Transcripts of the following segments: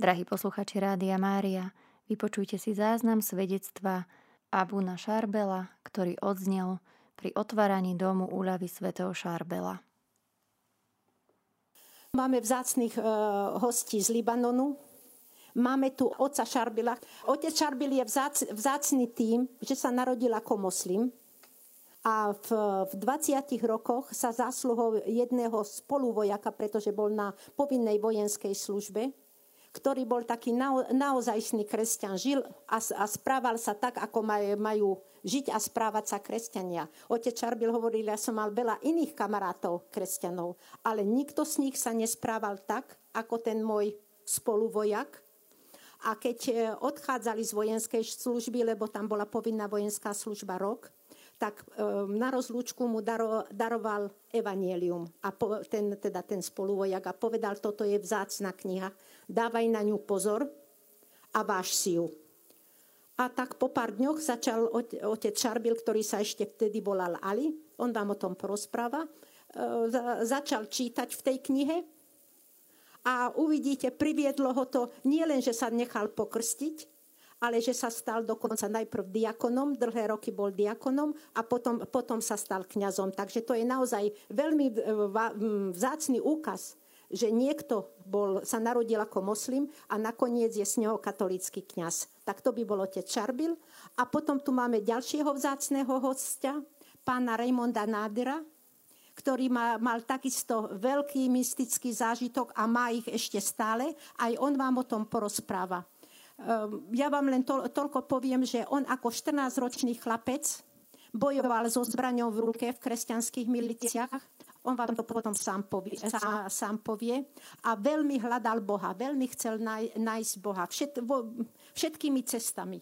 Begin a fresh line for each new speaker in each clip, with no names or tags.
Drahí posluchači Rádia Mária, vypočujte si záznam svedectva Abuna Šarbela, ktorý odznel pri otváraní domu úľavy svätého Šarbela.
Máme vzácných e, hostí z Libanonu. Máme tu otca Šarbila. Otec Šarbil je vzác, vzácný tým, že sa narodil ako moslim a v, v 20 rokoch sa zásluhou jedného spoluvojaka, pretože bol na povinnej vojenskej službe, ktorý bol taký nao, naozajstný kresťan, žil a, a správal sa tak, ako maj, majú žiť a správať sa kresťania. Otec Čarbil hovoril, ja som mal veľa iných kamarátov kresťanov, ale nikto z nich sa nesprával tak, ako ten môj spoluvojak. A keď e, odchádzali z vojenskej služby, lebo tam bola povinná vojenská služba rok, tak e, na rozlúčku mu daro, daroval evanielium a po, ten, teda ten spoluvojak a povedal, toto je vzácna kniha, dávaj na ňu pozor a váš si ju. A tak po pár dňoch začal otec Šarbil, ktorý sa ešte vtedy volal Ali, on vám o tom porozpráva, e, začal čítať v tej knihe a uvidíte, priviedlo ho to nie len, že sa nechal pokrstiť, ale že sa stal dokonca najprv diakonom, dlhé roky bol diakonom a potom, potom sa stal kňazom. Takže to je naozaj veľmi e, vzácný úkaz, že niekto bol, sa narodil ako moslim a nakoniec je z neho katolický kňaz. Tak to by bol otec Čarbil. A potom tu máme ďalšieho vzácného hostia, pána Raymonda Nádera, ktorý má, mal takisto veľký mystický zážitok a má ich ešte stále. Aj on vám o tom porozpráva Ehm, ja vám len to, toľko poviem, že on ako 14-ročný chlapec bojoval so zbraňou v ruke v kresťanských miliciách. On vám to potom sám povie, sám, sám povie. A veľmi hľadal Boha, veľmi chcel naj, nájsť Boha všet, vo, všetkými cestami.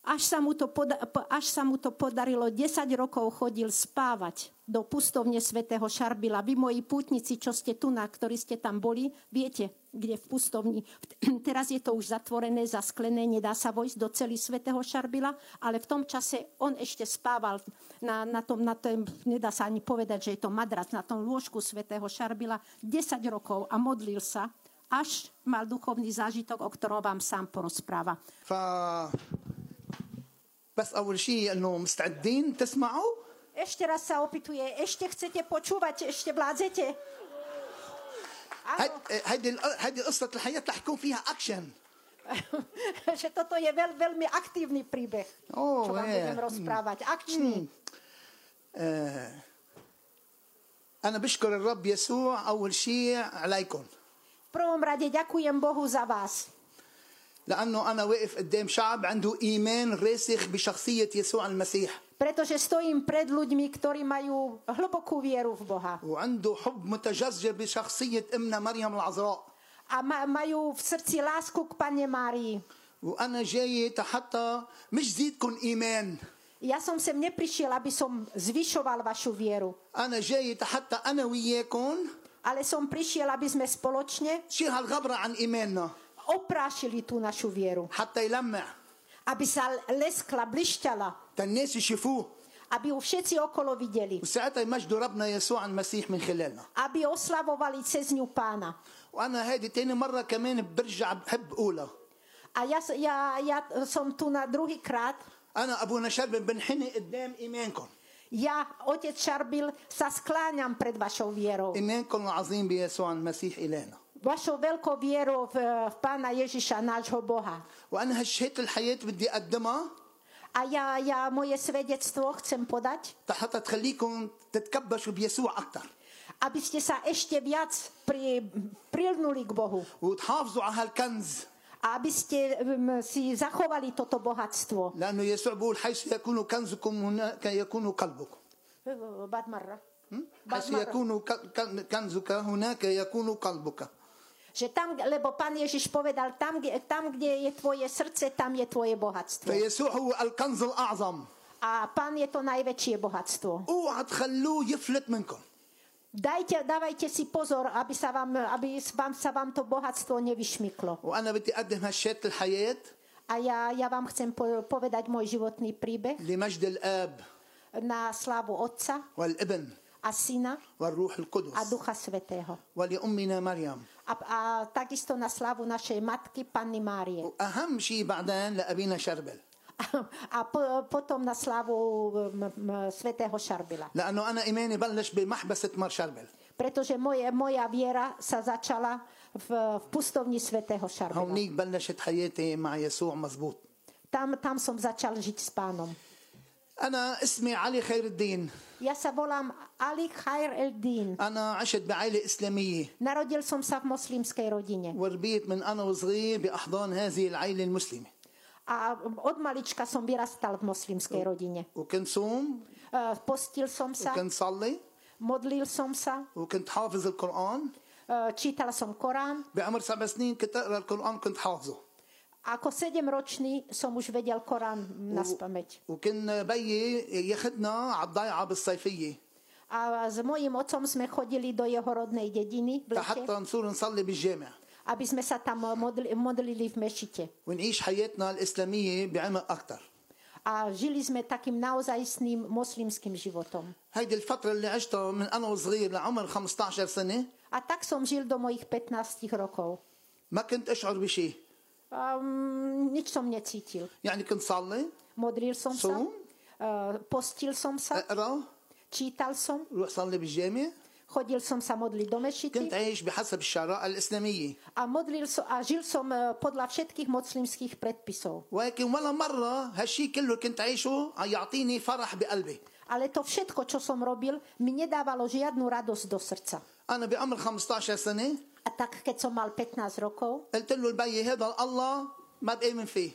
Až sa, mu to poda, až sa mu to podarilo, 10 rokov chodil spávať do pustovne svätého Šarbila. Vy, moji pútnici, čo ste tu, na ktorí ste tam boli, viete, kde v pustovni. Teraz je to už zatvorené, zasklené, nedá sa vojsť do celý svätého Šarbila, ale v tom čase on ešte spával na, na, tom, na tom, nedá sa ani povedať, že je to madrac, na tom lôžku svätého Šarbila 10 rokov a modlil sa, až mal duchovný zážitok, o ktorom vám sám porozpráva.
ف... بس اول شيء انه مستعدين تسمعوا
Ešte raz sa opýtuje, ešte chcete počúvať, ešte vládzete? Áno,
هاي- هيدي الق- هيدي قصه الحياه رح يكون فيها اكشن
že toto je veľ, veľmi aktívny príbeh,
Ó,
čo vám
je. Mm.
budem rozprávať. Akčný.
انا بشكر الرب يسوع اول شيء عليكم
V prvom rade ďakujem Bohu za vás,
لانه انا واقف قدام شعب عنده ايمان راسخ بشخصيه يسوع المسيح
pretože stojím pred ľuďmi, ktorí majú hlbokú vieru v Boha
وعنده حب متجذر بشخصيه امنا مريم العذراء
a ma, majú v srdci lásku k Pane Márii.
وانا جاي حتى مش زيدكم ايمان
Ja som sem neprišiel, aby som zvyšoval vašu vieru,
انا جاي حتى انا وياكم
ale som prišiel, aby sme spoločne
شيل هالغبره عن ايماننا
oprášili tú našu vieru.
حتى يلمع
Aby sa leskla, blišťala,
تالناس يشوفوه
aby ju všetci okolo videli,
وساعتها يمجدوا ربنا يسوع المسيح من خلالنا
aby oslavovali cez ňu pána.
وانا هذه تاني مره كمان برجع بحب اولى
A ja, s- ja, ja som tu na druhý krát.
انا ابونا شربن بنحني قدام ايمانكم
Ja, otec Šarbil, sa skláňam pred vašou vierou.
ايمانكم العظيم بيسوع المسيح الهنا
Vašou veľkou vierou v, v pána Ježiša, nášho Boha.
وانا هالشهاده الحياه بدي اقدمها
A ja, ja moje svedectvo chcem podať,
حتى تخليكم تتكبشوا بيسوع اكثر
aby ste sa ešte viac pri, prilnuli k Bohu.
وتحافظوا على هالكنز
A aby ste um, si zachovali toto bohatstvo.
لانه يسوع بيقول حيث يكون كنزكم هناك يكون قلبكم
Eh, Bad marra. Bad
حيث
marra.
يكون ك- كن- كنزك هناك يكون قلبك
Že tam, lebo pán Ježiš povedal, tam, kde- tam, kde je tvoje srdce, tam je tvoje bohatstvo.
فيسوع هو الكنز الاعظم
A pán je to najväčšie bohatstvo.
اوعى تخلوه يفلت منكم
Dajte, dávajte si pozor, aby sa vám, aby s- vám, sa vám to bohatstvo nevyšmyklo.
وانا بدي اقدم هالشات الحياه
A ja, ja vám chcem po- povedať môj životný príbeh
لمجد الاب
na slávu Otca
والابن
a Syna
والروح
a
القدس
Ducha Svetého.
ولامنا مريم
a, a takisto na slavu našej matky, Panny Márie.
وأهم شيء بعدين لأبينا شربل
A po, potom na slavu m, m, svätého Šarbila.
لأنه أنا إيماني بلش بمحبسة مر شربل
Pretože moje, moja viera sa začala v, v pustovni svätého Šarbila.
هونيك بلشت حياتي مع يسوع مزبوط
Tam, tam som začal žiť s pánom.
أنا اسمي علي خير الدين
Ja sa volám Ali Khair Eldin.
أنا عشت بعائلة إسلامية
Narodil som sa v moslimskej rodine.
وربيت من أنا وصغير بأحضان هذه العائلة المسلمة
A od malička som vyrastal v moslimskej rodine.
وكنت صوم
Eh, Postil som sa,
وكنت صلي
modlil som sa,
وكنت حافظ القرآن
eh, čítal som Korán.
بعمر سبع سنين كنت أقرأ القرآن كنت حافظه
Ako sedemročný som už vedel Korán na spameť.
وكان بيي ياخدنا على الضيعة بالصيفية
A s mojim otcom sme chodili do jeho rodnej dediny, v lete,
لحتى نصير نصلي بالجامع
aby sme sa tam modli, modlili v mešite.
ونعيش حياتنا الإسلامية بعمق أكثر
A žili sme takým naozajstným moslimským životom.
هيدي الفترة اللي عشتها من أنا وصغير لعمر 15 سنة
A tak som žil do mojich 15 rokov.
ما كنت أشعر بشيء
A, mm, nič som necítil.
يعني كنت صلي
Modlil som sa,
Som?
eh, postil som sa,
أقرأ
čítal som,
روح صلي بالجامع
chodil som sa modliť do mešity
كنت أعيش بحسب الشرائع الإسلامية
a, modlil som, a žil som eh, podľa všetkých moslimských predpisov.
ولكن ولا مرة هالشي كله كنت أعيشه يعطيني فرح بقلبي
Ale to všetko, čo som robil, mi nedávalo žiadnu radosť do srdca.
أنا بعمر 15 سنة
A tak, keď som mal 15 rokov,
قلت له البي هذا الله ما بآمن فيه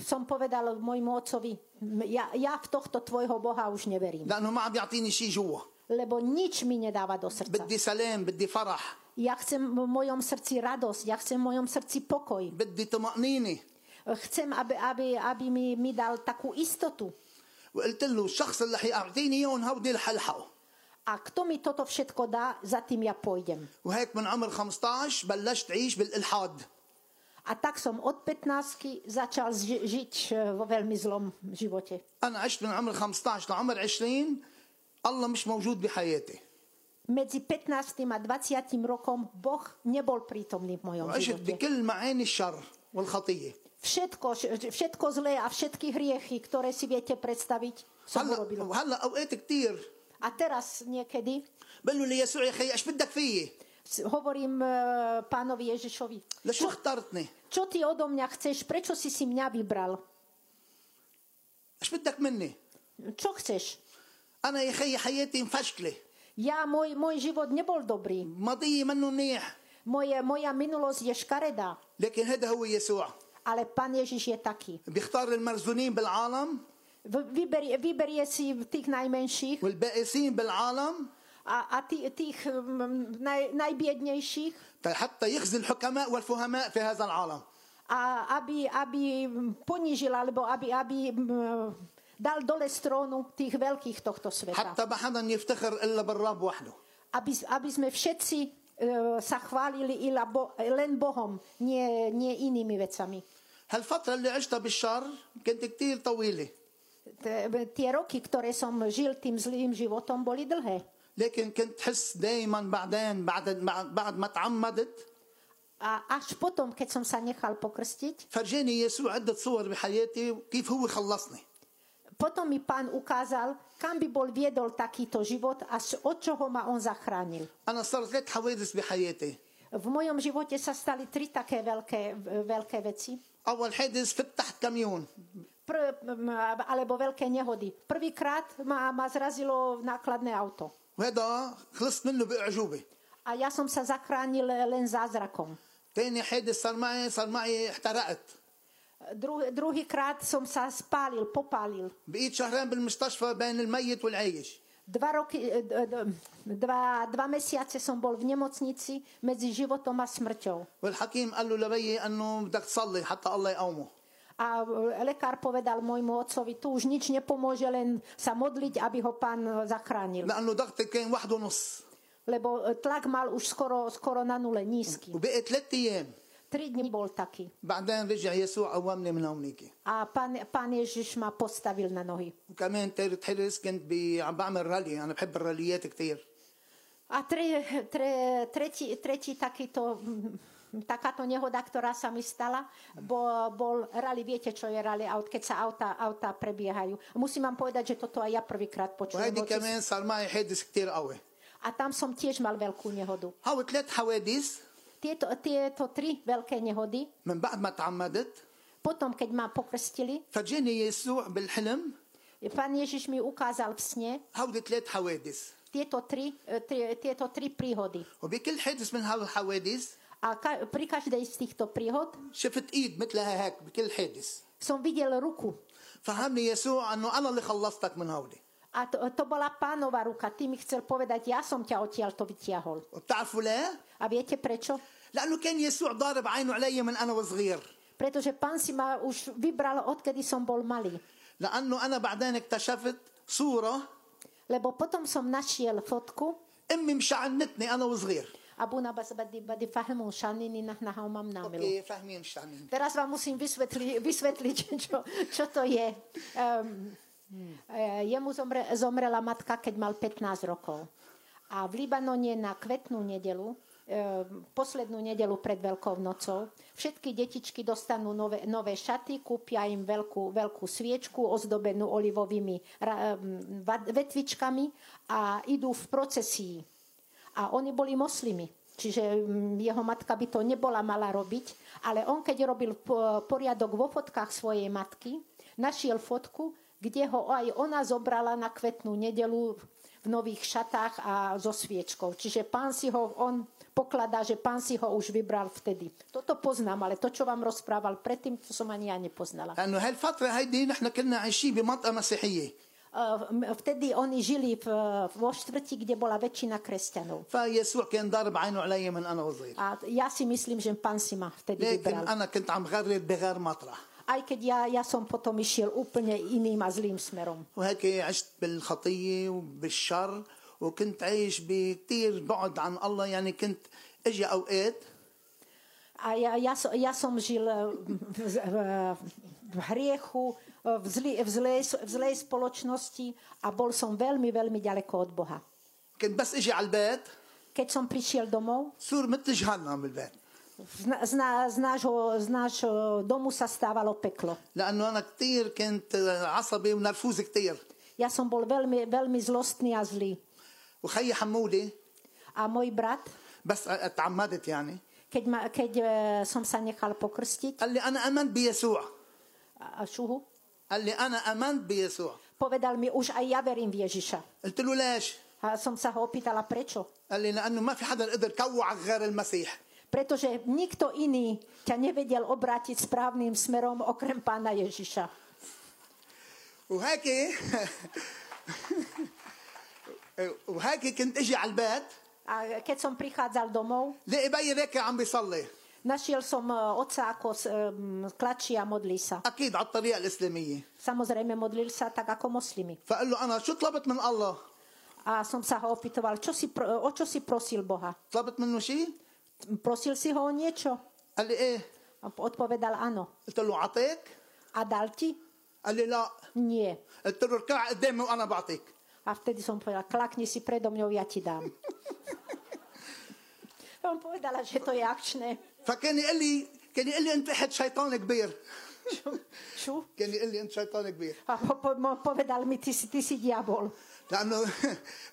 som povedal môjmu otcovi, "M- ja, ja v tohto tvojho Boha už neverím,
لأنه ما عم يعطيني شيء جوا
lebo nič mi nedáva do srdca.
بدي سلام بدي فرح
Ja chcem v mojom srdci radosť, ja chcem v mojom srdci pokoj.
بدي طمأنينة
Chcem, aby, aby, aby mi, mi dal takú istotu.
وقلت له الشخص اللي حيعطيني اياه هو بدي الحلحقه
A kto mi toto všetko dá, za tým ja pôjdem.
وهيك من عمر 15 بلشت عيش بالالحاد
A tak som od 15 začal ži- žiť eh, vo veľmi zlom živote.
انا عشت من عمر 15 لعمر 20 الله مش موجود بحياتي
Medzi 15 a 20 rokom Boh nebol prítomný v mojom
وعشت
živote.
بكل معاني الشر والخطيه
Všetko, všetko zlé a všetky hriechy, ktoré si viete predstaviť, som
هلا
urobil.
وهلا اوقات كثير
A teraz niekedy
بقول له ليسوع يا اخي ايش بدك فيي؟
s- hovorím eh, pánovi Ježišovi,
لشو
čo,
اخترتني؟
čo ty odo mňa chceš, prečo si si mňa vybral?
ايش بدك مني؟
Čo chceš?
انا يا اخي حياتي مفشكله
Ja, môj, môj život nebol dobrý.
ماضيي منه منيح
Moje, moja minulosť je škaredá.
لكن هذا هو يسوع
Ale pán Ježiš je taký.
بيختار المرزونين بالعالم
V- Vyberie, vyberie si tých najmenších
والبائسين بالعالم
a, a tých, tých mm, naj, najbiednejších,
حتى يخزي الحكماء والفهماء في هذا العالم
a aby, aby ponížil alebo aby, aby mm, dal dole z trónu tých veľkých tohto sveta.
حتى ما حدا يفتخر الا بالرب وحده
Aby, aby sme všetci e, sa chválili ila bo, len Bohom, nie, nie inými vecami.
هالفترة اللي عشتها بالشر كانت كتير طويلة
T- Tie roky, ktoré som žil tým zlým životom, boli dlhé.
لكن كنت حس دايما بعدين بعد بعد, بعد ما تعمدت
A až potom, keď som sa nechal pokrstiť,
فرجاني يسوع عدة صور بحياتي وكيف هو خلصني
potom mi pán ukázal, kam by bol viedol takýto život a z- od čoho ma on zachránil.
أنا صار ثلاث حوادث بحياتي
V mojom živote sa stali tri také veľké, veľké veci.
أول حادث فتحت كميون
Pr- m- alebo veľké nehody. Prvýkrát ma, ma zrazilo nákladné auto.
وهذا خلصت منه بأعجوبة
A ja som sa zachránil len zázrakom.
تاني حادث صار معي صار معي احترقت
Dru- druhýkrát som sa spálil, popálil.
بقيت شهرين بالمستشفى بين الميت والعايش
Dva, roky, e, d- d- dva, dva mesiace som bol v nemocnici medzi životom a smrťou.
والحكيم قال له لبيي انه بدك تصلي حتى الله يقومه
A e, lekár povedal môjmu otcovi, tu už nič nepomôže, len sa modliť, aby ho pán e, zachránil.
لانه ضغطي كان واحد ونص
Lebo e, tlak mal už skoro, skoro na nule, nízky.
وبقي ثلاث ايام
Tri dni bol taký.
بعدين رجع يسوع قومني من هونيك
A pán, pán Ježiš ma postavil na nohy.
وكمان ثالث حرص كنت ب- عم بعمل رالي انا بحب الراليات كثير
A tre, tre, tretí, tretí takýto, mm, takáto nehoda, ktorá sa mi stala, bo, bol rally, viete, čo je rally aut, keď sa auta, auta prebiehajú. Musím vám povedať, že toto aj ja prvýkrát počujem.
وهيدي
bo to-
كمان صار معي حادث كتير قوي
A tam som tiež mal veľkú nehodu.
هو ثلاث حوادث
Tieto, tieto tri veľké nehody,
من بعد ما تعمدت
potom, keď ma pokrstili,
فجاني يسوع بالحلم
pán Ježiš mi ukázal v sne
هودي ثلاث حوادث
tieto tri, e, tri, tieto tri príhody.
وبكل حادث من هالحوادث
A ka- pri každej z týchto príhod
شفت ايد مثلها هيك بكل حادث
som videl ruku.
فهمني يسوع انه انا اللي خلصتك من هودي
A to, to bola pánova ruka. Ty mi chcel povedať, ja som ťa odtiaľ to vytiahol.
وبتعرفوا ليه؟
A viete prečo?
لانه كان يسوع ضارب عينه علي من انا وصغير
Pretože pán si ma už vybral, odkedy som bol malý.
لانه انا بعدين اكتشفت صوره
Lebo potom som našiel fotku
امي مشعنتني انا وصغير
Abu Nabas badi, badi fahmu šanini nahna haumam namilu.
اوكي فاهمين مش عنين
Teraz vám musím vysvetli, vysvetliť, čo, čo to je. Um, jemu zomre, zomrela matka, keď mal 15 rokov. A v Libanone na kvetnú nedelu, em, poslednú nedelu pred Veľkou nocou, všetky detičky dostanú nové, nové šaty, kúpia im veľkú, veľkú sviečku ozdobenú olivovými ra- em, va- vetvičkami a idú v procesii. A oni boli moslimi. Čiže mm, jeho matka by to nebola mala robiť, ale on keď robil po- poriadok vo fotkách svojej matky, našiel fotku, kde ho aj ona zobrala na kvetnú nedelu v nových šatách a so sviečkou. Čiže pán si ho, on pokladá, že pán si ho už vybral vtedy. Toto poznám, ale to, čo vám rozprával predtým, to som ani ja nepoznala. Ehm,
لانه هالفتره هيدي نحن كنا عايشين بمنطقه مسيحيه
Eh, Vtedy oni žili v, vo štvrti, kde bola väčšina kresťanov.
فيسوع كان ضارب عينه علي من انا وصغير
A ja si myslím, že pán si ma vtedy
لكن
vybral.
انا كنت عم غرر بغير مطرح
Aj keď ja, ja som potom išiel úplne iným a zlým smerom.
وهيك عشت بالخطيه وبالشر وكنت عايش بكتير بعد عن الله يعني كنت اجي اوقات
A ja, ja, so- ja som žil eh, v, z- v, v hriechu, eh, v, zlý, v, zlej, v zlej spoločnosti a bol som veľmi, veľmi ďaleko od Boha.
كنت بس اجي على البيت
Keď som prišiel domov,
صور مثل جهنم بالبيت
z, na- z, na- z, nášho, z nášho domu sa stávalo peklo.
لانه انا كتير كنت عصبي ونرفوز كتير
Ja som bol veľmi, veľmi zlostný a zlý.
وخيي حمودي
A môj brat,
بس تعمدت يعني
keď, ma, keď eh, som sa nechal pokrstiť,
قال لي انا امنت بيسوع
a, a šuhu,
قال لي انا امنت بيسوع
Povedal mi, už aj ja verím v Ježiša.
قلت له ليش
A som sa ho opýtala, prečo?
قال لي لانه ما في حدا قدر كوعك غير المسيح
Pretože nikto iný ťa nevedel obrátiť správnym smerom okrem pána Ježiša.
وهيك وهيك كنت اجي على البيت
A keď som prichádzal domov,
لقي بي راكع عم بيصلي
našiel som e, otca, ako s- em, klačí a modlí sa.
اكيد على الطريقه الاسلاميه
Samozrejme, modlil sa tak ako moslimi.
فقال له انا شو طلبت من الله
A som sa ho opýtoval, čo si, pro- o čo si prosil Boha?
طلبت منه شيء
Prosil si ho o niečo?
قال لي ايه
A Odpovedal áno.
قلت له اعطيك
A dal ti?
قال لي لا
Nie.
قلت له اركع قدامي وانا بعطيك
A vtedy som povedala, klakni si predo mňou, ja ti dám. som povedala, že to je akčné.
فكان يقول لي كان يقول لي انت واحد شيطان كبير
Ču?
كان يقول لي انت شيطان كبير
A po, po, mo- povedal mi, ty si, ty si diabol.
لانه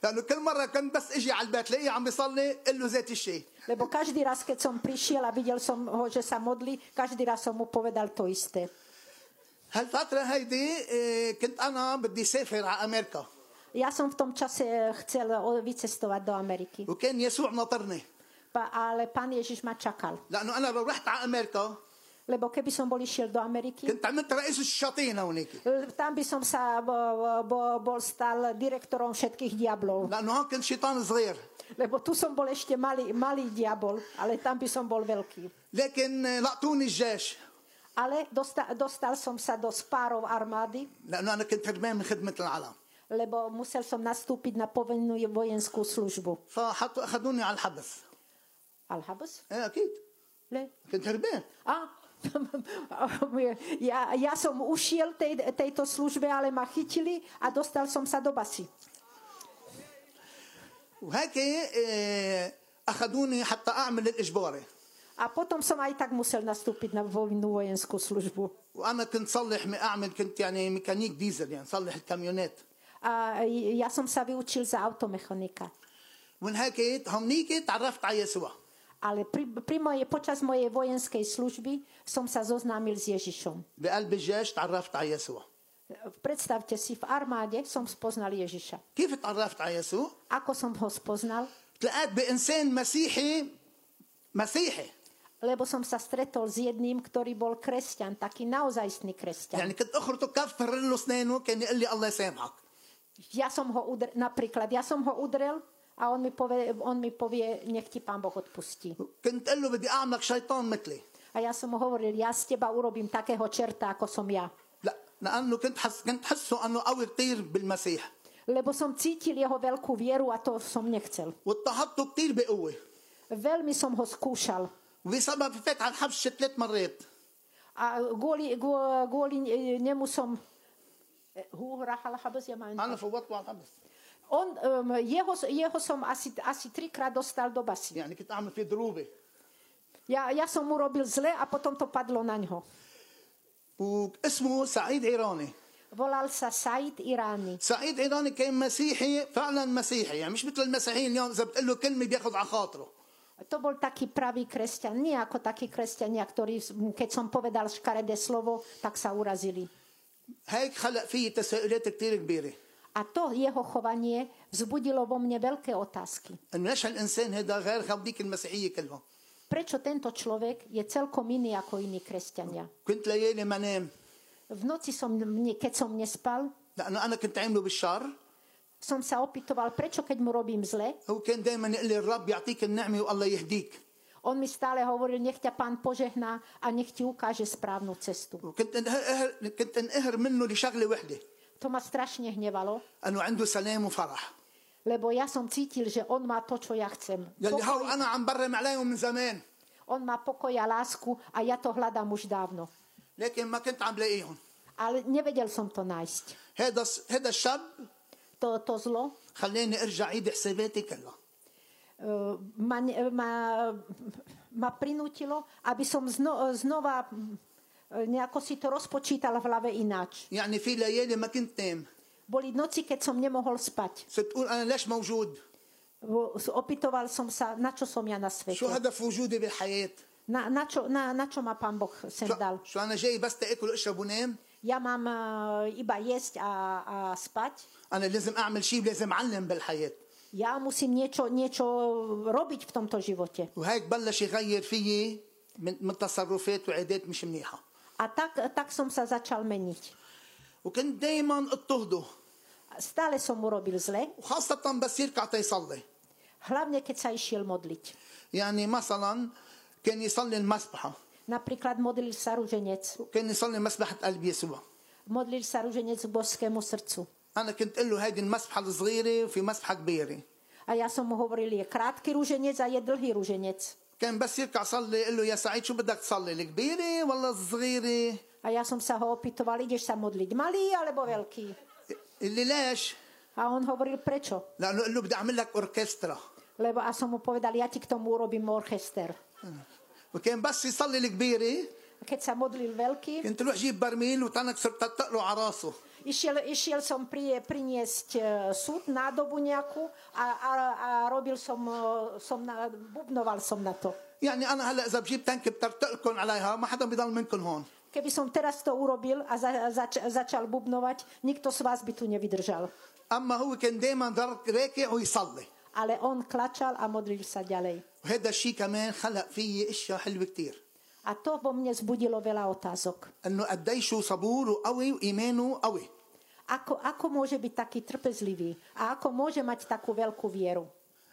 لانه كل مره كنت بس اجي على البيت لاقيه عم بيصلي قل له ذات الشيء
Lebo každý raz, keď som prišiel a videl som ho, že sa modlí, každý raz som mu povedal to isté.
هالفتره هيدي إيه، كنت انا بدي سافر على امريكا
Ja som v tom čase eh, chcel o- vycestovať do Ameriky,
وكان يسوع ناطرني
pa, ale pán Ježiš ma čakal.
لانه انا لو رحت على امريكا
Lebo keby som bol išiel do Ameriky,
كنت عملت رئيس الشياطين هونيك
l- tam by som sa bo, bo, bol stal direktorom všetkých diablov.
لانه هون كنت شيطان صغير
Lebo tu som bol ešte malý, malý diabol, ale tam by som bol veľký.
لكن آه، لقطوني الجيش
Ale dostal, dostal som sa do spárov armády,
لانه انا كنت هربان من خدمه العالم
lebo musel som nastúpiť na povinnú vojenskú službu.
فحطوا اخذوني على الحبس
Alhabos?
ايه اكيد
Le?
كنت هربان
A, ja, ja som ušiel tej, tejto službe, ale ma chytili a dostal som sa do basy.
وهيك آه، اخذوني حتى اعمل الاجباري
A potom som aj tak musel nastúpiť na vojnu vojenskú službu.
وانا كنت صلح اعمل كنت يعني ميكانيك ديزل يعني صلح الكاميونات
A ja som sa vyučil za automechanika.
ومن هيك هونيك تعرفت على يسوع
Ale pri, pri moje, počas mojej vojenskej služby som sa zoznámil s Ježišom.
بقلب الجيش تعرفت على يسوع
Predstavte si, v armáde som spoznal Ježiša.
كيف تعرفت على يسوع
Ako som ho spoznal?
تلاقيت بانسان مسيحي مسيحي
Lebo som sa stretol s jedným, ktorý bol kresťan, taký naozajstný kresťan.
يعني كنت اخرته كفر له اسنانه كان يقول لي الله يسامحك
Ja som ho udrel, napríklad, ja som ho udrel a on mi povie, on mi povie nech ti pán Boh odpustí.
كنت اقول له بدي اعملك شيطان مثلي
A ja som mu hovoril, ja z teba urobím takého čerta, ako som ja.
لا لانه كنت حس كنت حسه انه قوي كثير بالمسيح
Lebo som cítil jeho veľkú vieru a to som nechcel.
واضطهدته كثير بقوه
Veľmi som ho skúšal.
وبسبب فات على الحبس ثلاث مرات
A kvôli, kvô- kvôli e, nemu som... e, hú, rachala chabos, ja mám-
انا فوتته على الحبس
On, um, jeho, jeho som asi, asi trikrát dostal do basy.
يعني كنت اعمل فيه ضروبه
Ja, ja som mu robil zle a potom to padlo na ňo.
واسمه سعيد عيراني
Volal sa Said Irány.
سعيد عيراني كان مسيحي فعلا مسيحي يعني مش مثل المسيحيين اليوم اذا بتقول له كلمه بياخذ على خاطره
To bol taký pravý kresťan, nie ako takí kresťania, ktorí, keď som povedal škaredé slovo, tak sa urazili.
هيك خلق فيه تساؤلات كثير كبيره
A to jeho chovanie vzbudilo vo mne veľké otázky.
انه ليش هالانسان هذا غير خوديك المسيحيه كلهم
Prečo tento človek je celkom iný ako iní kresťania?
كنت ليالي ما نام
V noci, som, mne- keď som nespal,
لانه انا كنت عامله بالشر
som sa opytoval, prečo keď mu robím zle,
هو كان دائما يقول لي الرب يعطيك النعمه والله يهديك
on mi stále hovoril, nech ťa pán požehná a nech ti ukáže správnu cestu.
وكنت انقهر كنت انقهر منه لشغله وحده
To ma strašne hnevalo,
انه عنده سلام وفرح
lebo ja som cítil, že on má to, čo ja chcem.
يلي هو
Pokoj,
انا عم برم عليهم من زمان
on má pokoj a lásku a ja to hľadám už dávno.
لكن ما كنت عم لاقيهم
Ale nevedel som to nájsť.
هذا الص- هذا الشاب
To, to zlo
خلاني ارجع عيد حساباتي كلها
eh, ma, ne- ma, ma prinútilo, aby som zno, znova mm, eh, nejako si to rozpočítala v hlave ináč.
يعني في ليالي ما كنت نام
Boli noci, keď som nemohol spať.
صرت اقول انا ليش موجود
Vo- Opytoval som sa, na čo som ja na
شو
svete.
هدف وجودي بالحياه
Na, na, čo, na, na čo ma pán Boh sem dal.
شو, شو انا جاي بس تاكل واشرب ونام
Ja mám eh, iba jesť a, a spať.
انا لازم اعمل شيء لازم اعلم بالحياه
Ja musím niečo, niečo robiť v tomto živote.
وهيك بلش يغير فيي من, من تصرفات وعادات مش منيحه
A tak, tak som sa začal meniť.
وكنت دائما اضطهده
Stále som mu robil zle,
وخاصه بس يركع تيصلي
hlavne keď sa išiel modliť.
يعني مثلا كان يصلي المسبحه
Napríklad modlil sa ruženec.
وكان يصلي مسبحه قلب يسوع
Modlil sa ruženec k božskému srdcu.
انا كنت اقول له هيدي المسبحه الصغيره وفي مسبحه كبيره
A ja som mu hovoril, je krátky ruženec a je dlhý ruženec.
كان بس يركع صلي يقول له يا سعيد شو بدك تصلي الكبيره ولا الصغيره
A ja som sa ho opýtoval, ideš sa modliť malý alebo veľký?
اللي ليش
A on hovoril, prečo?
لانه قال له بدي اعمل لك اوركسترا
Lebo a som mu povedal, ja ti k tomu urobím orchester.
وكان بس يصلي الكبيره
A Keď sa modlil veľký,
كنت روح جيب برميل وتنك صرت تطق له على راسه
išiel, išiel som pri, priniesť e, súd, nádobu nejakú a, a, a robil som, e, som na, bubnoval som na to.
يعني انا هلا اذا بجيب تنك بترتقلكم عليها ما حدا بيضل منكم هون
Keby som teraz to urobil a za, zač, začal bubnovať, nikto z vás by tu nevydržal.
اما هو كان دائما راكع ويصلي
Ale on klačal a modlil sa ďalej.
وهذا الشيء كمان خلق فيي اشياء حلوه كتير
A to vo mne zbudilo veľa otázok.
انه قديش شو صبور وقوي وايمانه قوي
Ako, ako môže byť taký trpezlivý? A ako môže mať takú veľkú vieru?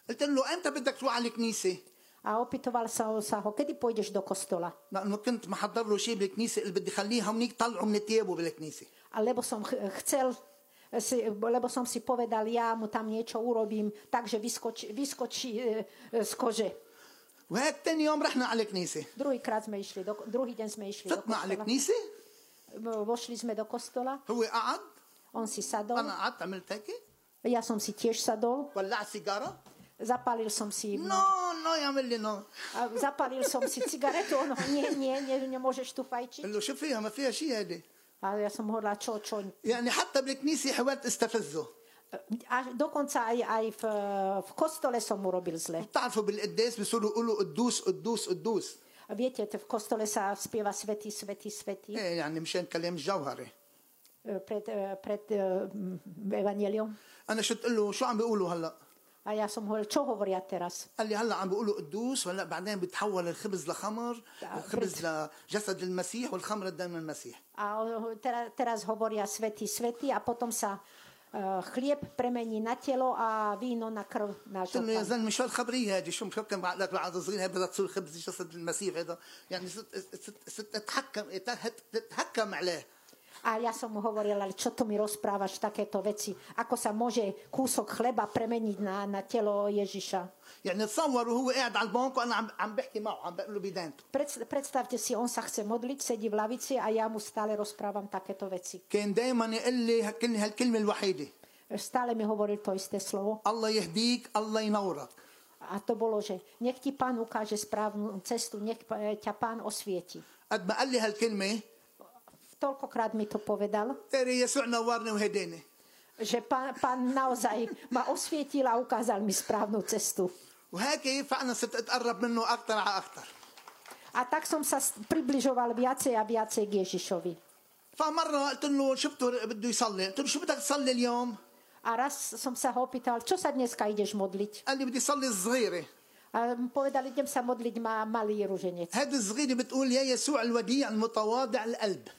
قلت له امتى بدك تروح على الكنيسه؟
A opýtoval sa, ho- sa ho, kedy pôjdeš do kostola?
لانه كنت محضر له شيء بالكنيسه اللي بدي خليه هونيك طلعوا من ثيابه بالكنيسه
A lebo som ch- chcel, si, lebo som si povedal, ja mu tam niečo urobím, takže vyskočí, vyskočí e, e, z kože.
وهيك ثاني يوم رحنا على الكنيسه
Druhýkrát sme išli, do, druhý deň sme išli do
فتنا على
kostola.
الكنيسه
Vo- Vošli sme do kostola,
هو قعد
on si sadol,
انا قعدت عملت هيك
ja som si tiež sadol,
ولعت سيجاره
Zapálil som si,
No, no, يعمل لي نو
a zapálil som si cigaretu, ono, nie, nie, nie, nemôžeš tu fajčiť.
قال له شو فيها ما فيها شيء هذه
A ja som hovorila, čo, čo.
يعني حتى بالكنيسه حاولت استفزه
A dokonca aj, aj v, v kostole som urobil zle.
بتعرفوا بالقداس بيصيروا يقولوا قدوس قدوس قدوس
A Viete, t- v kostole sa spieva svetý, svetý, svetý
إيه يعني مشان كلام جوهري
e, pred, e, pred e, m, evaneliom.
انا شو تقول له شو عم بيقولوا هلا
A ja som hovoril, čo hovoria teraz?
قال لي هلا عم بيقولوا قدوس ولا بعدين بتحول الخبز لخمر
لا،
والخبز لجسد المسيح والخمر الدم المسيح
A o- teraz, teraz hovoria svetý, svetý a potom sa e, chlieb premení na telo a víno na krv
قلت
nášho
له يا
pána.
زلمه شو هالخبريه هذه شو مفكر بعقلك بعد صغير هي بدها تصير خبز جسد المسيح هذا يعني صرت صرت- صرت اتحكم اتحكم عليه
A ja som mu hovorila, ale čo tu mi rozprávaš takéto veci? Ako sa môže kúsok chleba premeniť na, na telo Ježiša?
يعني تصوروا هو قاعد على البنك وانا عم عم بحكي معه عم بقول له بدانته
Predst- Predstavte si, on sa chce modliť, sedí v lavici a ja mu stále rozprávam takéto veci.
كان دائما يقول لي هالكلمه هالكلمه الوحيده
Stále mi hovoril to isté slovo.
الله يهديك الله ينورك
A to bolo, že nech ti pán ukáže správnu cestu, nech e, ťa pán osvieti.
قد ما قال لي هالكلمه
Toľkokrát mi to povedal,
ترى يسوع نورني وهداني
že pán, pán naozaj ma osvietil a ukázal mi správnu cestu.
وهيك فعلا صرت اتقرب منه اكثر على اكثر
A tak som sa s- približoval viacej a viacej k Ježišovi.
فمره قلت له شفته بده يصلي قلت له شو بدك تصلي اليوم
A raz som sa ho opýtal, čo sa dneska ideš modliť?
قال لي بدي صلي الصغيره
A mu povedal, idem sa modliť ma malý ruženec,
هذه الصغيره بتقول يا يسوع الوديع المتواضع القلب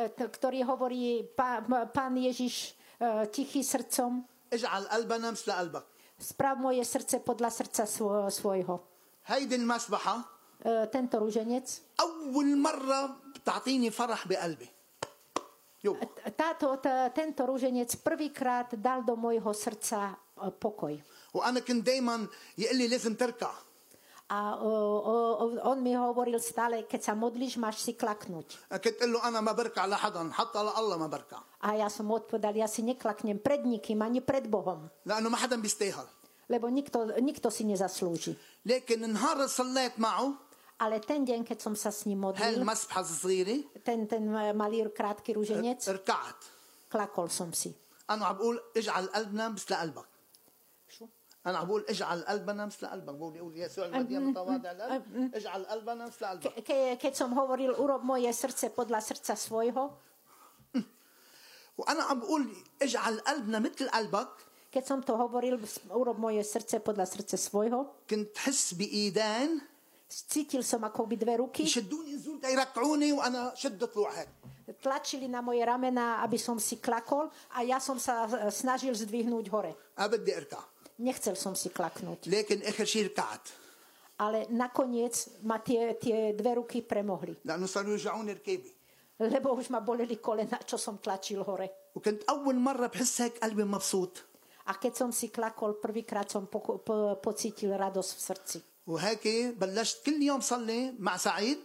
e, t- ktorý hovorí, "Pá- m- pán Ježiš, e, tichý srdcom,
اجعل قلبنا مثل قلبك
správ moje srdce podľa srdca svo- svojho.
هيدي المسبحه
E, Tento ruženec
اول مره بتعطيني فرح بقلبي يو
e, Táto, tá, tento rúženec prvýkrát dal do môjho srdca e, pokoj.
وانا كنت دائما يقول لي لازم تركع
A o, o, o- on mi hovoril stále, keď sa modlíš, máš si klaknúť.
كنت اقول له انا ما بركع لحدا حتى لله ما بركع
A ja som mu odpovedal, ja si neklaknem pred nikým, ani pred Bohom,
لانه ما حدا بيستاهل
lebo nikto, nikto si nezaslúži.
لكن نهار صليت معه
Ale ten deň, keď som sa s ním modlil,
هالمسبحه الصغيره
ten, ten e, malý krátky rúženec,
ركعت
klakol som si.
انا عم بقول اجعل قلبنا مثل قلبك انا عم بقول اجعل قلبنا مثل قلبك بقول يقول يسوع المديا متواضع القلب اجعل قلبنا مثل قلبك
Ke, ke, keď som hovoril, urob moje srdce podľa srdca svojho,
وانا عم بقول اجعل قلبنا مثل قلبك
keď som to hovoril, urob moje srdce podľa srdca svojho,
كنت حس بايدان
Cítil som akoby dve ruky,
يشدوني نزول يركعوني وانا شد طلوع هيك
tlačili na moje ramená, aby som si klakol a ja som sa e, snažil zdvihnúť hore.
انا بدي اركع
Nechcel som si klaknúť.
لكن اخر شيء ركعت
Ale nakoniec ma tie, tie dve ruky premohli.
لانه صاروا يوجعوني ركابي
Lebo už ma boleli kolena, čo som tlačil hore.
وكنت اول مره بحس هيك قلبي مبسوط
A keď som si klakol, prvýkrát som poko- po, pocítil radosť v srdci.
وهيك بلشت كل يوم صلي مع سعيد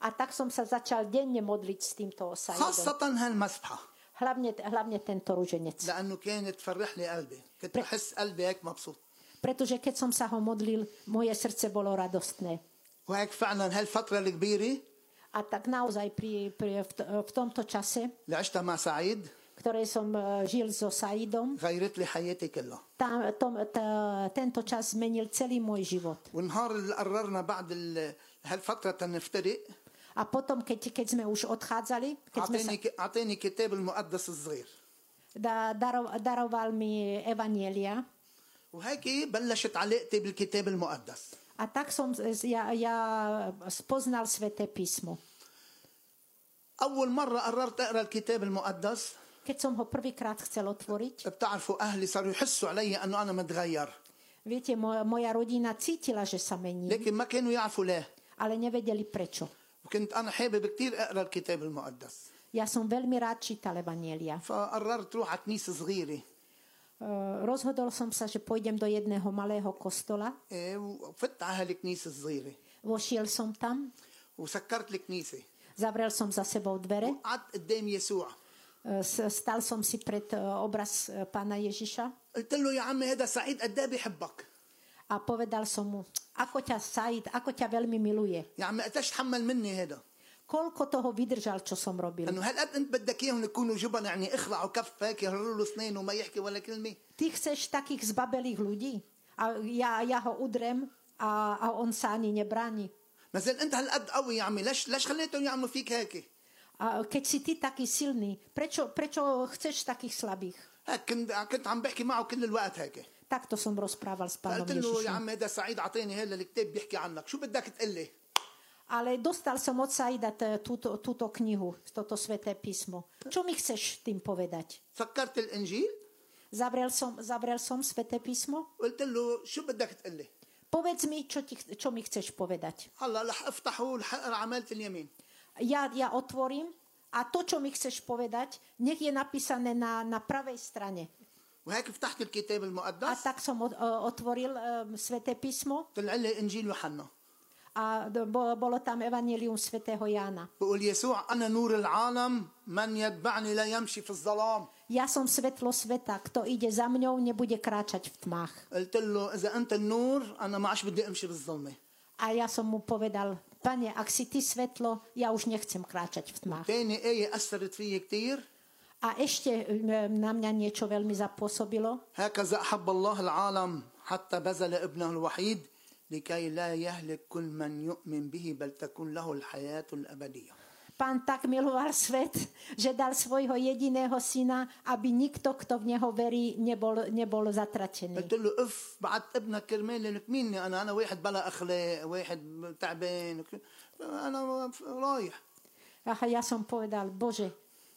A tak som sa začal denne modliť s týmto sajidom.
خاصه هالمسبحه
Hlavne, hlavne تento ruženec.
لانه كانت تفرح لي قلبي كنت
بر-
بحس قلبي هيك مبسوط
Pretože keď som sa ho modlil, moje srdce bolo radostné.
وهيك فعلا هالفتره الكبيره
A tak naozaj pri, pri, v, t- v tomto čase,
اللي عشتها مع سعيد
ktoré som eh, žil so Saidom,
غيرت لي حياتي كلها
tá, tom, tá, tento čas zmenil celý môj život.
والنهار اللي قررنا بعد ال- هالفتره تنفترق
A potom, keď, keď sme už odchádzali, keď sme sa,
اعطيني ك- اعطيني كتاب المقدس الصغير
da, daro, daroval mi Evanielia.
وهيك بلشت علاقتي بالكتاب المقدس
A tak som, z- ja, ja spoznal Sveté písmo.
اول مره قررت اقرا الكتاب المقدس
Keď som ho prvýkrát chcel otvoriť,
بتعرفوا اهلي صاروا يحسوا علي انه انا متغير
viete, moja, moja rodina cítila, že sa mení,
لكن ما كانوا يعرفوا ليه
ale nevedeli prečo.
وكنت انا حابب كثير اقرا الكتاب المقدس
Ja som veľmi rád E, čítal Evanielia.
فقررت روح على كنيسه صغيره
Eh, rozhodol som sa, že pôjdem do jedného malého kostola.
إيه، وفت على هالكنيسه الصغيره
Vošiel som tam,
وسكرت الكنيسه
zavrel som za sebou dvere,
وقعدت قدام يسوع
eh, s- stal som si pred eh, obraz eh, e, pána Ježiša
إيه قلت له يا عمي هذا سعيد قد ايه بحبك
a A povedal som mu, ako ťa Said, ako ťa veľmi miluje.
يا عمي قديش تحمل مني هذا
Koľko toho vydržal, čo som robil.
انه هالقد انت بدك اياهم يكونوا جبن يعني اخلعوا كف هيك يهروا له اسنين وما يحكي ولا كلمه
Ty chceš takých zbabelých ľudí? A ja, ja ho udrem a, a on sa ani nebráni.
مثلا انت هالقد قوي يا عمي ليش ليش خليتهم يعملوا فيك هيك
A keď si ty taký silný, prečo, prečo chceš takých slabých?
هيك كنت كنت عم بحكي معه كل الوقت هيك
Takto som rozprával s pánom
قلت له
Ježišom.
يا عمي هذا سعيد اعطيني هذا الكتاب بيحكي عنك شو بدك تقلي
Ale dostal som od Saida t- túto, túto knihu, toto sveté písmo. Čo mi chceš tým povedať?
سكرت الانجيل
Zavrel som, zavrel som sveté písmo.
قلت له شو بدك تقلي
Povedz mi, čo, ti, ch- čo mi chceš povedať.
هلا رح افتحه رح اقرا عماله اليمين
Ja, ja otvorím a to, čo mi chceš povedať, nech je napísané na, na pravej strane.
وهيك فتحت الكتاب
A
المقدس
tak som o- o- otvoril um, sveté písmo
طلع لي انجيل يوحنا
a d- bo- bolo tam evanelium svätého Jána.
بقول يسوع انا نور العالم من يتبعني لا يمشي في الظلام
Ja som svetlo sveta, kto ide za mňou, nebude kráčať v tmách.
قلت له اذا انت النور انا ما عادش بدي امشي بالظلمه
A ja som mu povedal, pane, ak si ty svetlo, ja už nechcem kráčať v tmách.
تاني آية أثرت فيي كتير
A ešte um, na mňa niečo veľmi zapôsobilo.
هكذا أحب الله العالم حتى بذل ابنه الوحيد لكي لا يهلك كل من يؤمن به بل تكون له الحياة الأبدية
Pán tak miloval svet, že dal svojho jediného syna, aby nikto, kto v neho verí, nebol, nebol zatratený.
قلت له اف بعت ابنك كرمالي لك ميني انا انا واحد بلا اخلاق واحد تعبان وك- انا رايح
A ja som povedal, Bože,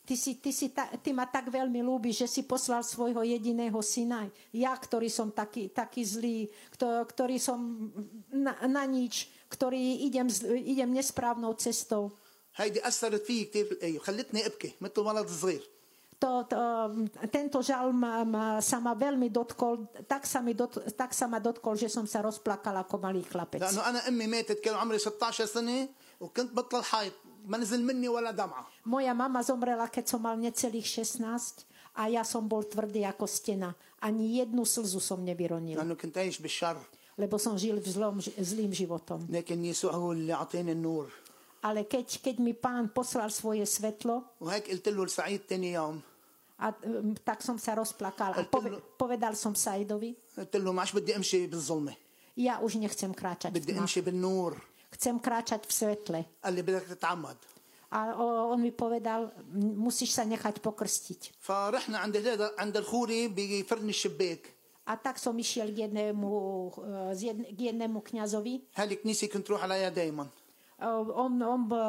ty, si, ty, si ta, ty ma tak veľmi ľúbiš, že si poslal svojho jediného syna. Ja, ktorý som taký, taký zlý, kto, ktorý som na, na nič, ktorý idem, z- idem nesprávnou cestou.
هيدي اثرت فيي كثير الايه وخلتني ابكي مثل ولد صغير
To, to, tento žal ma, ma, sa ma veľmi dotkol, tak sa, mi dot, tak sa ma dotkol, že som sa rozplakala ako malý chlapec.
لانه انا امي ماتت كان عمري 16 سنه وكنت بطل الحيط ما نزل مني ولا دمعه
Moja mama zomrela, keď som mal necelých 16 a ja som bol tvrdý ako stena. Ani jednu slzu som nevyronil,
لانه كنت عايش بالشر
lebo som žil v zlom, ž- zlým životom.
لكن يسوع هو اللي اعطاني النور
Ale keď, keď mi pán poslal svoje svetlo,
وهيك قلت له لسعيد تاني يوم
a, um, tak som sa rozplakal a pove, povedal som Saidovi,
قلت له ما عادش بدي امشي بالظلمه
ja už nechcem kráčať v
بدي
tmách,
امشي بالنور
chcem kráčať v svetle.
قال لي بدك تتعمد
A o- on mi povedal, "M- musíš sa nechať pokrstiť.
فرحنا عند هذا عند الخوري بفرن الشباك
A tak som išiel k jednému, e, z jedn- k jednému kňazovi, E,
هاي الكنيسه كنت روح عليها دائما
On, on b-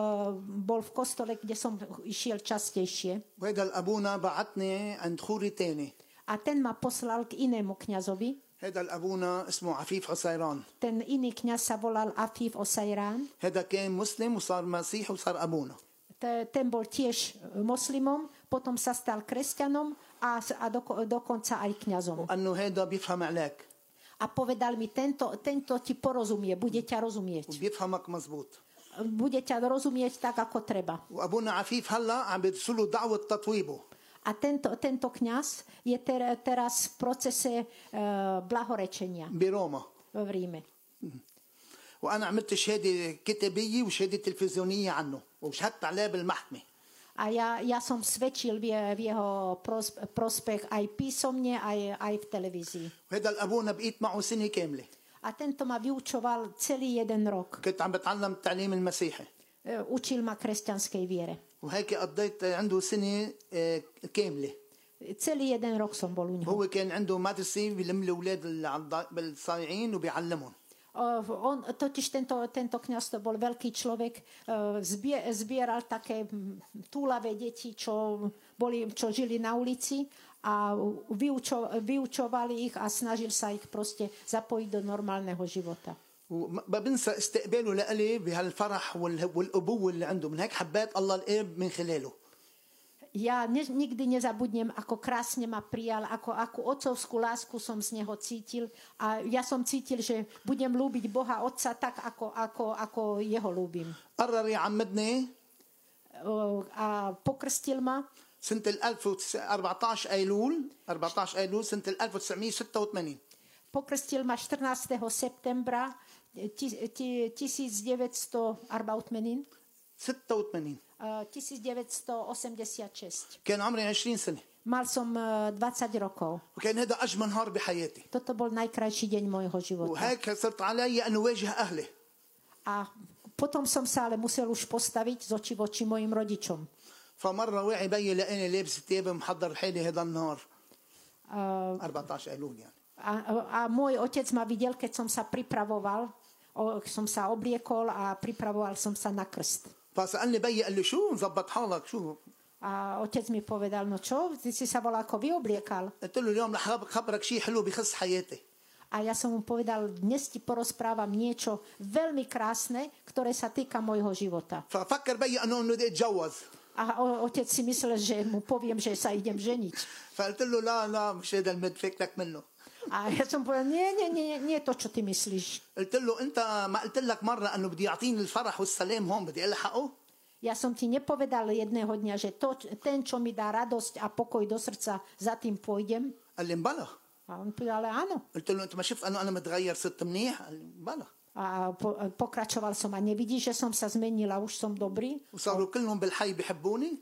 bol v kostole, kde som išiel častejšie.
وهذا الابونا بعتني عند خوري تاني
A ten ma poslal k inému kňazovi.
هذا الابونا اسمه عفيف عسيران
Ten iný kňaz sa volal Afif Osajrán.
هذا كان مسلم وصار مسيح وصار ابونا
Te- Ten bol tiež e, moslimom, potom sa stal kresťanom a, s- a doko, dokonca aj kňazom.
وانه هذا بيفهم عليك
A povedal mi, tento, tento ti porozumie, bude ťa rozumieť.
وبيفهمك مزبوط
Bude ťa rozumieť tak, ako treba.
وابونا عفيف هلا عم بيرسلوا دعوه تطويبه
A tento, tento kňaz je ter, teraz v procese e, blahorečenia
بروما
v Ríme.
وانا عملت شهاده كتابيه وشهاده تلفزيونيه عنه وشهدت عليه بالمحكمه
A ja, ja som svedčil v, je- v jeho pros, prospech aj písomne, aj, aj v televízii.
وهذا الابونا بقيت معه سنه كامله
A tento ma vyučoval celý jeden rok.
كنت عم بتعلم التعليم المسيحي
E, Učil ma kresťanskej viere.
وهيك قضيت عنده سنه آه، كامله
Celý jeden rok som bol u neho.
هو كان عنده مدرسه بيلم الاولاد اللي على الض- بالصايعين وبيعلمهم
O, v- On, totiž tento, tento kniaz to bol veľký človek, e, zbie, zbieral také mm, túlavé deti, čo, boli, čo žili na ulici a vyučo, vyučoval ich a snažil sa ich proste zapojiť do normálneho života.
وما بنسى استقباله لإلي بهالفرح وال- والابوه اللي عنده من هيك حبيت الله الاب من خلاله
Ja ne, nikdy nezabudnem, ako krásne ma prijal, ako, ako otcovskú lásku som z neho cítil. A ja som cítil, že budem ľúbiť Boha Otca tak, ako, ako, ako jeho ľúbim.
قرر يعمدني
O, A pokrstil ma
سنة ال 1014 أيلول 14 أيلول سنة ال 1986
Pokrstil ma 14. septembra ti- ti- 1984
86
eh, 1986.
كان عمري 20 سنه
Mal som eh, 20 rokov.
وكان هذا اجمل نهار بحياتي
Toto bol najkrajší deň môjho života.
وهيك صرت علي ان اواجه اهلي
A potom som sa ale musel už postaviť z očí v oči mojim rodičom.
فمره وعي بي لاني لابس ثياب محضر حالي هذا النهار
Eh,
14 ايلول يعني
A, a môj otec ma videl, keď som sa pripravoval, o, som sa obliekol a pripravoval som sa na krst.
فسالني بي قال لي شو مظبط حالك شو
A otec mi povedal, no čo, ty si sa volá ako vyobliekal.
قلت له اليوم رح خبرك شيء حلو بخص حياتي
A ja som mu povedal, dnes ti porozprávam niečo veľmi krásne, ktoré sa týka môjho života.
ففكر بي انه انه بدي اتجوز
A o, otec si myslel, že mu poviem, že sa idem ženiť.
فقلت له لا لا مش هذا المد فيك لك منه
A ja som povedal, nie, nie, nie, nie to, čo ty myslíš.
قلت له انت ما قلت لك مره انه بدي يعطيني الفرح والسلام هون بدي الحقه
Ja som ti nepovedal jedného dňa, že to, ten, čo mi dá radosť a pokoj do srdca, za tým pôjdem.
قال لي مبلا
A on povedal, ale áno.
قلت له انت ما شفت انه انا متغير صرت منيح قال لي بلا
A po, pokračoval som a nevidíš, že som sa zmenila, už som dobrý
وصاروا كلهم بالحي بحبوني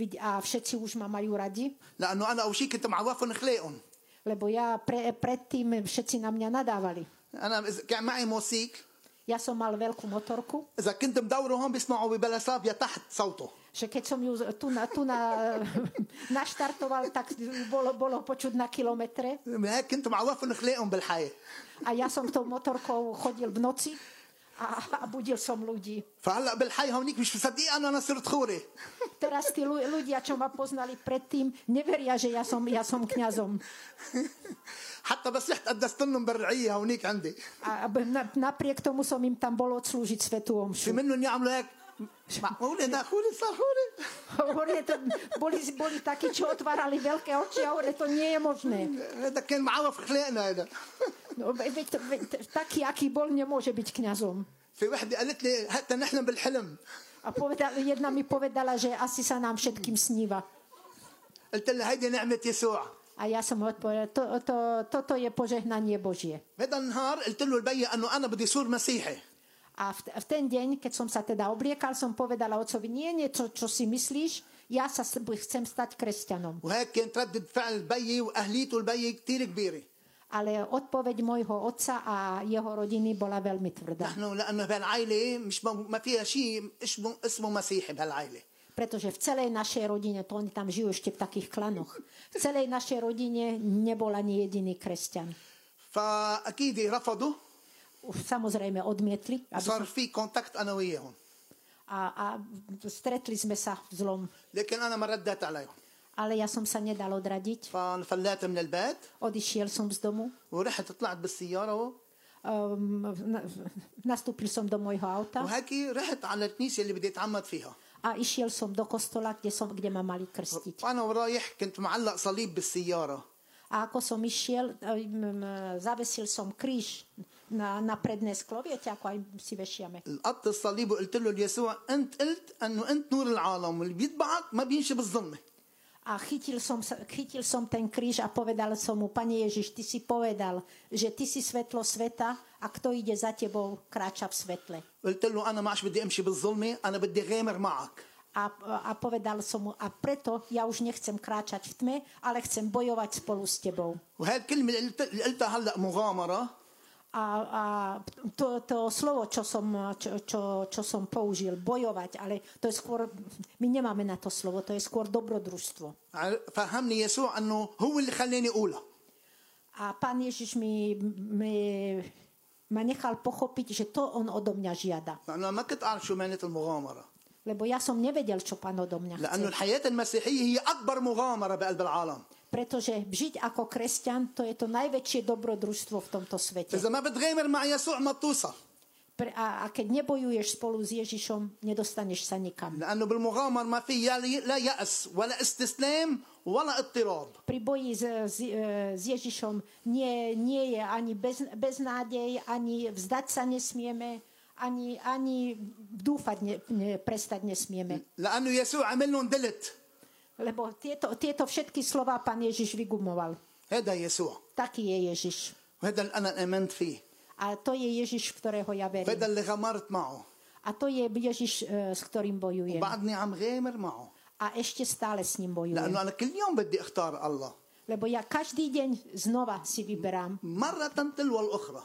Vid- a všetci už ma majú radi.
لانه انا اول شيء كنت معوفهم خلاقهم
Lebo ja pre, predtým všetci na mňa nadávali.
انا اذا كان معي موسيقى
Ja som mal veľkú motorku,
اذا كنت مدوره هون بيسمعوا ببلسافيا تحت صوته
že keď som ju tu, na, tu na, naštartoval, tak bolo, bolo počuť na kilometre.
من هيك كنت معوفهم خلاقهم بالحي
A ja som tou motorkou chodil v noci a, a budil som ľudí.
فهلا بالحي هونيك مش مصدق انا انا صرت خوري
Teraz tí ľu- ľudia, čo ma poznali predtým, neveria, že ja som, ja som kňazom.
حتى بس رحت قدست لهم بالرعيه هونيك عندي
A a b- na- napriek tomu som im tam bol odslúžiť svetú
في
omšu.
منهم يعملوا هيك معقولة ده خولي صار خولي
Hovorí, to, boli, boli takí, čo otvárali veľké oči a hovorí, to nie je možné.
هذا كان معوف خلقنا هذا
No, ve- veď, to- veď, to- taký, aký bol, nemôže byť kňazom.
في وحدة قالت لي حتى نحلم بالحلم
A povedal, jedna mi povedala, že asi sa nám všetkým sníva.
قلت لها هيدي نعمة يسوع
A ja som odpovedala, to, to, toto je požehnanie Božie.
هذا النهار قلت له لبي انه انا بدي صير مسيحي
A v, v ten deň, keď som sa teda obliekal, som povedala otcovi, nie, nie, čo, čo si myslíš, ja sa s- chcem stať kresťanom.
وهيك كانت ردة فعل بيي واهليته لبيي كثير كبيرة
Ale odpoveď môjho otca a jeho rodiny bola veľmi tvrdá.
نحن لانه بهالعائلة مش مو- ما فيها شيء اسمه اسمه مسيحي بهالعائلة
Pretože v celej našej rodine, to oni tam žijú ešte v takých klanoch, v celej našej rodine nebol ani jediný kresťan.
فاكيد رفضوا
Už samozrejme odmietli aby
صار
som,
في كونتاكت انا وياهم
a, a stretli sme sa v zlom.
لكن انا ما رديت عليهم
Ale ja som sa nedal odradiť.
فانفلات من البيت
Odišiel som z domu.
ورحت طلعت بالسيارة
Um, na- nastúpil som do môjho auta
وهيك رحت على الكنيسة اللي بدي أتعمد فيها
a išiel som do kostola, kde, som, kde ma mali krstiť.
وأنا ورايح كنت معلق صليب بالسيارة
A ako som išiel, um, zavesil som kríž na, na predné sklo, viete, ako aj si vešiame.
لقطت الصليب وقلت له ليسوع أنت قلت أنه أنت نور العالم واللي بيتبعك ما بيمشي بالظلمة
A chytil som, sa- chytil som ten kríž a povedal som mu, Pane Ježiš, ty si povedal, že ty si svetlo sveta a kto ide za tebou, kráča v svetle.
قلت له أنا ما عادش بدي أمشي بالظلمة أنا بدي غامر معك
A, a povedal som mu, a preto ja už nechcem kráčať v tme, ale chcem bojovať spolu s tebou.
وهي الكلمة اللي قلت- اللي قلتها هلأ مغامرة
A, a to, to slovo, čo som, čo, čo, čo som použil, bojovať, ale to je skôr, my nemáme na to slovo, to je skôr dobrodružstvo.
ع- فهمني يسوع أنه هو اللي خلاني أولى
A pán Ježiš mi, mi, ma nechal pochopiť, že to on odo mňa žiada.
أنا ما كنت أعرف شو معنات المغامرة
Lebo ja som nevedel, čo pán odo mňa chce.
لأنه الحياة المسيحية هي أكبر مغامرة بقلب العالم
طيب. Pretože žiť ako kresťan, to je to najväčšie dobrodružstvo v tomto svete.
إذا ما بتغامر مع يسوع ما بتوصل
Pre- A, a keď nebojuješ spolu s Ježišom, nedostaneš sa nikam.
لانه بالمغامر ما في يا- لا ياس ولا استسلام ولا اضطراب
Pri boji s, s, e, s Ježišom nie, nie je ani bez, beznádej, ani vzdať sa nesmieme, ani, ani dúfať ne, ne, prestať nesmieme.
لانه يسوع عمل لهم دلت
Lebo tieto, tieto všetky slova pán Ježiš vygumoval.
هذا يسوع
Taký je Ježiš.
وهذا اللي أنا آمنت فيه
A to je Ježiš, v ktorého ja
وهذا
verím.
اللي غمرت معه
A to je Ježiš, e, s ktorým bojujem.
وبعدني عم نعم غامر معه
A ešte stále s ním bojujem.
لأنه أنا كل يوم بدي أختار الله
Lebo ja každý deň znova si vyberám.
مرة تلو الأخرى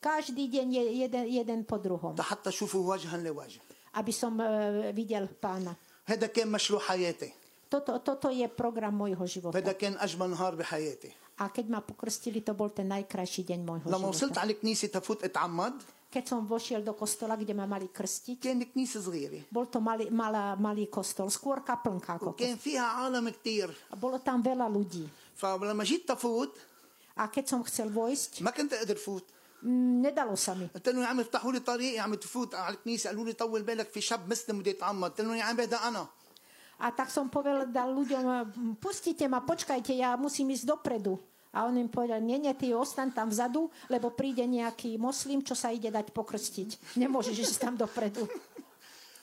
Každý deň je jeden, jeden po druhom.
حتى أشوفه وجها لوجه
Aby som e, videl pána.
هذا كان مشروع حياتي
Toto, toto je program môjho
هذا
života.
كان أجمل نهار بحياتي
A keď ma pokrstili, to bol ten najkrajší deň môjho
لما وصلت
života.
على الكنيسة تفوت أتعمد
Keď som vošiel do kostola, kde ma mali krstiť,
كان كنيسة صغيرة
bol to malý, malá, malý kostol, skôr kaplnka ako kostol.
وكان فيها عالم كتير
A Bolo tam veľa ľudí.
فلما جيت تفوت
A keď som chcel vojsť,
ما كنت أقدر فوت
mm, nedalo sa mi.
قلت لهم يا عم افتحوا لي طريقي عم تفوت على الكنيسة قالوا لي طول بالك في شاب مسلم بده يتعمد قلت لهم يا عم هذا أنا
A tak som povedal ľuďom, "Mm, pustite ma, počkajte, ja musím ísť dopredu. A on im povedal, nie, nie, ty ostan tam vzadu, lebo príde nejaký moslim, čo sa ide dať pokrstiť. Nemôžeš ísť tam dopredu.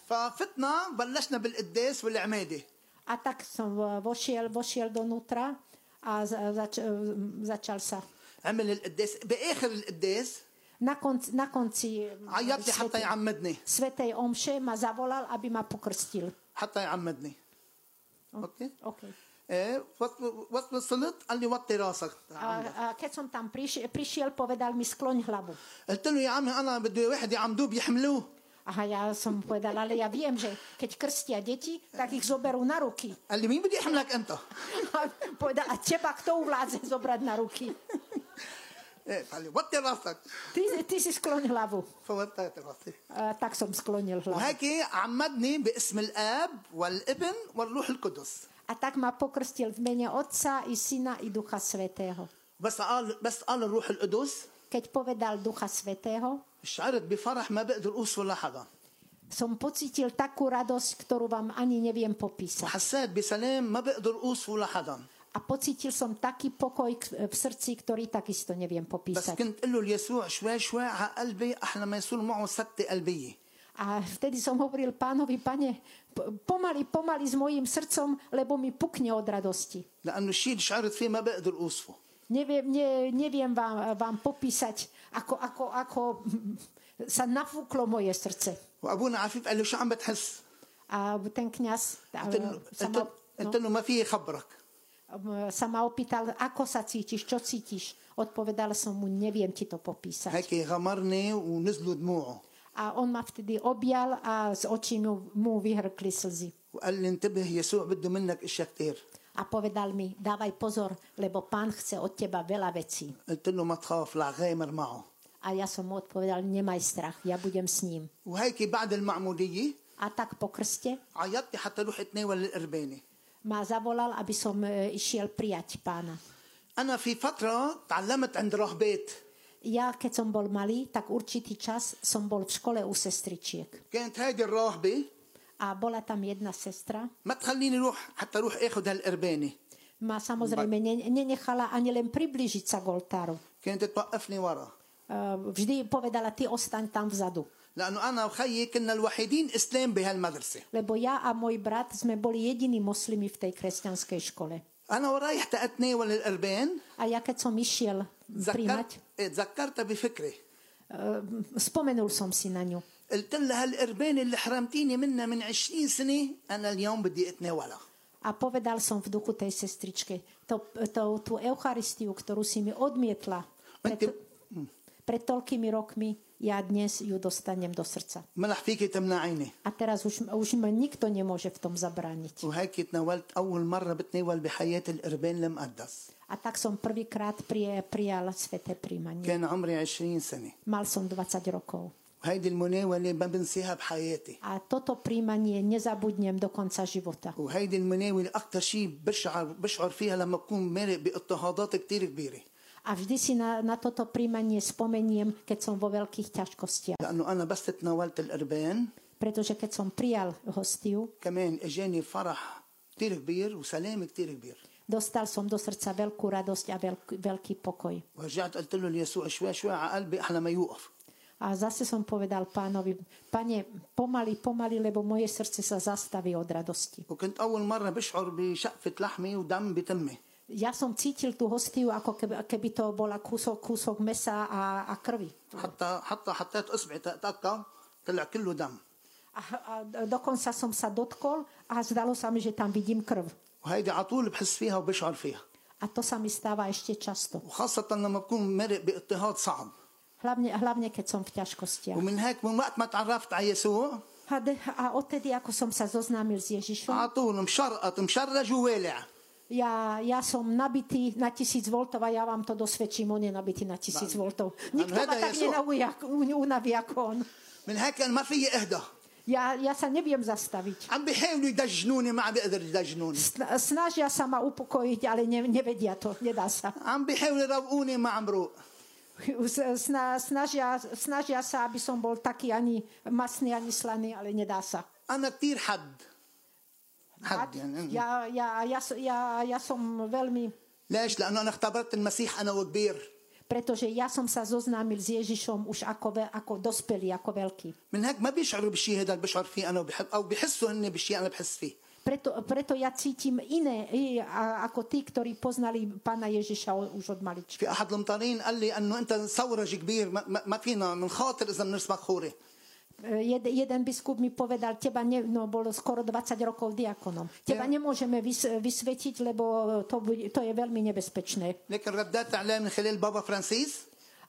ففتنا بلشنا بالقداس والعمادة
A tak som eh, vošiel, vošiel donútra a za- zač- eh, začal sa.
عمل القداس بآخر القداس
Na konci, na konci eh,
عيط لي حتى
svetej-
يعمدني
Svetej Omše ma zavolal, aby ma pokrstil.
حتى يعمدني اوكي
Okay.
ايه وقت وقت وصلت قال لي وطي راسك
A, a keď som tam prišiel, prišiel, povedal mi skloň hlavu.
قلت له يا عمي انا بدي واحد يعمدوه بيحملوه
Aha, ja som povedala, ale ja viem, že keď krstia deti, tak ich zoberú na ruky.
قال لي مين بده يحملك انت؟
A povedala, teba kto uvládze zobrať na ruky?
ايه قال لي وطي راسك
Ty, ty si skloň hlavu.
فوطيت راسي
A, tak som sklonil hlavu.
وهيك عمدني باسم الاب والابن والروح القدس
A tak ma pokrstil v mene Otca i Syna i Ducha Svetého.
بس قال بس قال الروح القدس
Keď povedal Ducha Svetého,
شعرت بفرح ما بقدر اوصفه لحدا
som pocítil takú radosť, ktorú vám ani neviem popísať.
وحسيت بسلام ما بقدر اوصفه لحدا
A pocítil som taký pokoj k- v srdci, ktorý takisto neviem
بس
popísať.
كنت اقول له ليسوع شوي شوي على قلبي احلى ما يصير معه سكته قلبيه
A vtedy som hovoril pánovi, pane, p- pomaly, pomaly s mojim srdcom, lebo mi pukne od radosti.
لانه الشيء اللي شعرت فيه ما بقدر اوصفه
Neviem, ne, neviem vám, vám popísať, ako, ako, ako sa nafúklo moje srdce.
وابونا عفيف قال له شو عم بتحس؟
A ten kniaz tá,
قلت له
sa,
قلت
ma,
له- قلت له ما في خبرك
no, sa ma opýtal, ako sa cítiš, čo cítiš. Odpovedala som mu, neviem ti to popísať.
هيك غمرني ونزلوا دموعه
A on ma vtedy objal a z očí mu, mu vyhrkli slzy.
وقال لي انتبه يسوع بده منك اشياء كثير
A povedal mi, dávaj pozor, lebo pán chce od teba veľa vecí.
قلت له ما تخاف لا غامر معه
A ja som mu odpovedal, nemaj strach, ja budem s ním.
وهيك بعد المعموديه
A tak po krste
عيطت حتى روح اتناول القربانه
ma zavolal, aby som e, išiel prijať pána.
انا في فتره تعلمت عند راهبات
Ja, keď som bol malý, tak určitý čas som bol v škole u sestričiek.
كانت هيدي الراهبه
A bola tam jedna sestra.
ما تخليني روح حتى روح اخذ هالقربانه
Ma samozrejme ne- nenechala ani len priblížiť sa k oltáru.
كانت توقفني ورا
E, Vždy povedala, ty ostaň tam vzadu.
لانه انا وخيي كنا الوحيدين اسلام بهالمدرسه
Lebo ja a môj brat sme boli jediní moslimi v tej kresťanskej škole.
انا ورايح تاتناول القربان
A ja keď som išiel
تذكرت
príjmať,
إيه، تذكرتها بفكري
e, spomenul som si na ňu.
قلت لها هالقربان اللي حرمتيني منها من 20 سنه انا اليوم بدي اتناولها
A povedal som v duchu tej sestričke, to, to, tú Eucharistiu, ktorú si mi odmietla pred,
وانت
pred toľkými rokmi, ja dnes ju dostanem do srdca.
ملح فيكي تمنعيني
A teraz už, už ma nikto nemôže v tom zabrániť.
وهيك تناولت اول مره بتناول بحياتي القربان المقدس
A tak som prvýkrát prie, prijal sveté príjmanie.
كان عمري 20 سنه
Mal som 20 rokov.
وهيدي المناوله ما بنساها بحياتي
A toto príjmanie nezabudnem do konca života.
وهيدي المناوله اكثر شيء بشعر بشعر فيها لما بكون مرق باضطهادات كثير كبيره
A vždy si na, na toto príjmanie spomeniem, keď som vo veľkých ťažkostiach.
لانه انا بس تناولت القربان
Pretože keď som prijal hostiu,
كمان اجاني فرح كتير كبير وسلام كتير كبير
Dostal som do srdca veľkú radosť a veľký, veľký pokoj.
ورجعت قلت له ليسوع شوي شوي على قلبي احلى ما يوقف
A zase som povedal pánovi, pane, pomaly, pomaly, lebo moje srdce sa zastaví od radosti.
وكنت اول مره بشعر بشقفه لحمي ودم بتمي
Ja som cítil tú hostiu, ako keby, keby to bola kúsok, kúsok mesa a, a krvi.
حتى حتى حطيت اصبعي تاتاكا طلع كله دم
A, a dokonca som sa dotkol a zdalo sa mi, že tam vidím krv.
وهيدي على طول بحس فيها وبشعر فيها
A to sa mi stáva ešte často.
وخاصة لما بكون مرق باضطهاد صعب
Hlavne, hlavne keď som v ťažkostiach.
ومن هيك من وقت ما تعرفت على يسوع
A, de- a odtedy, ako som sa zoznámil s Ježišom,
على طول مشرقط مشرج ووالع
ja, ja som nabitý na 1000 voltov a ja vám to dosvedčím, on je nabitý na 1000 voltov. Nikto
hľadaj
ma tak
Jesúa.
nenauja- u- unaví ako on.
من هيك أنا ما في اهدى
Ja, ja sa neviem zastaviť.
عم بيحاولوا يدجنوني ما عم بيقدر يدجنوني
Sna- Snažia sa ma upokojiť, ale ne, nevedia to, nedá sa.
عم بيحاولوا يروقوني ما عم روق
S- eh, Sna, snažia, snažia sa, aby som bol taký ani masný, ani slaný, ale nedá sa.
انا كثير حد حد يعني أنا.
Ja, ja, ja, so- ja, ja som veľmi...
ليش لانه انا اختبرت المسيح انا وكبير
Pretože ja som sa zoznámil s Ježišom už ako, ve, ako dospelý, ako veľký.
من هيك ما بيشعروا بالشيء هذا اللي بشعر فيه انا وبحب او بحسوا هن بالشيء انا بحس فيه
Preto, preto ja cítim iné i- a- ako tí, ktorí poznali pána Ježiša o- už od malička.
في احد المطارين قال لي انه انت ثورج كبير ما, ما- ما فينا من خاطر اذا بنرسمك خوري
Eh, Jed, jeden biskup mi povedal, teba ne, no, bolo skoro 20 rokov diakonom. Teba
Ja.
nemôžeme vys, vysvetiť, lebo to, bude- to je veľmi nebezpečné.
لكن رديت عليه من خلال بابا فرانسيس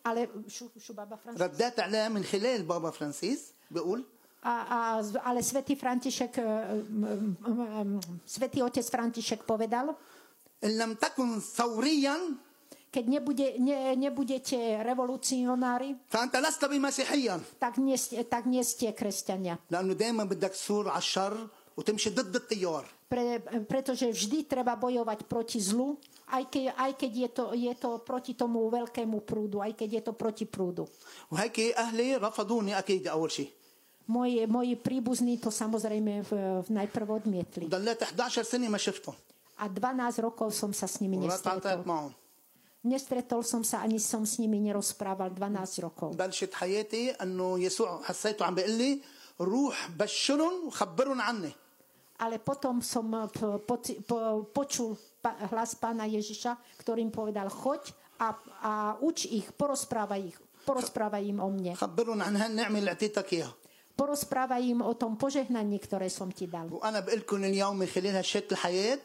Ale šu, šu, baba Franz-
رديت عليه من خلال بابا فرانسيس بيقول
a, a, z- ale svätý František, e, m, m, m, svätý otec František povedal,
ان لم تكن ثوريا
keď nebude, ne, nebudete revolucionári,
فانت لست بمسيحيا
tak nie, ste- tak nie ste kresťania.
لانه دائما بدك تثور على الشر وتمشي ضد التيار
Pre, pretože vždy treba bojovať proti zlu, aj, ke, aj keď je to, je to proti tomu veľkému prúdu, aj keď je to proti prúdu.
وهيك اهلي رفضوني اكيد اول شيء
Moji, moji príbuzní to samozrejme v, v najprv odmietli.
ضليت 11 سنه ما شفتهم
A 12 rokov som sa s nimi
وما تعاطيت
nestretol.
معهم
Nestretol som sa, ani som s nimi nerozprával 12 rokov.
بلشت حياتي انه يسوع حسيته عم بيقول لي روح بشرهم وخبرهم عني
Ale potom som eh, po, po, po, počul pa, hlas pána Ježiša, ktorým povedal, choď a, a uč ich, porozprávaj ich, porozprávaj im o mne.
خبرهم عن هالنعمه اللي اعطيتك اياها
Porozprávaj im o tom požehnaní, ktoré som ti dal.
وانا بقول لكم اليوم من خلال هالشات الحياه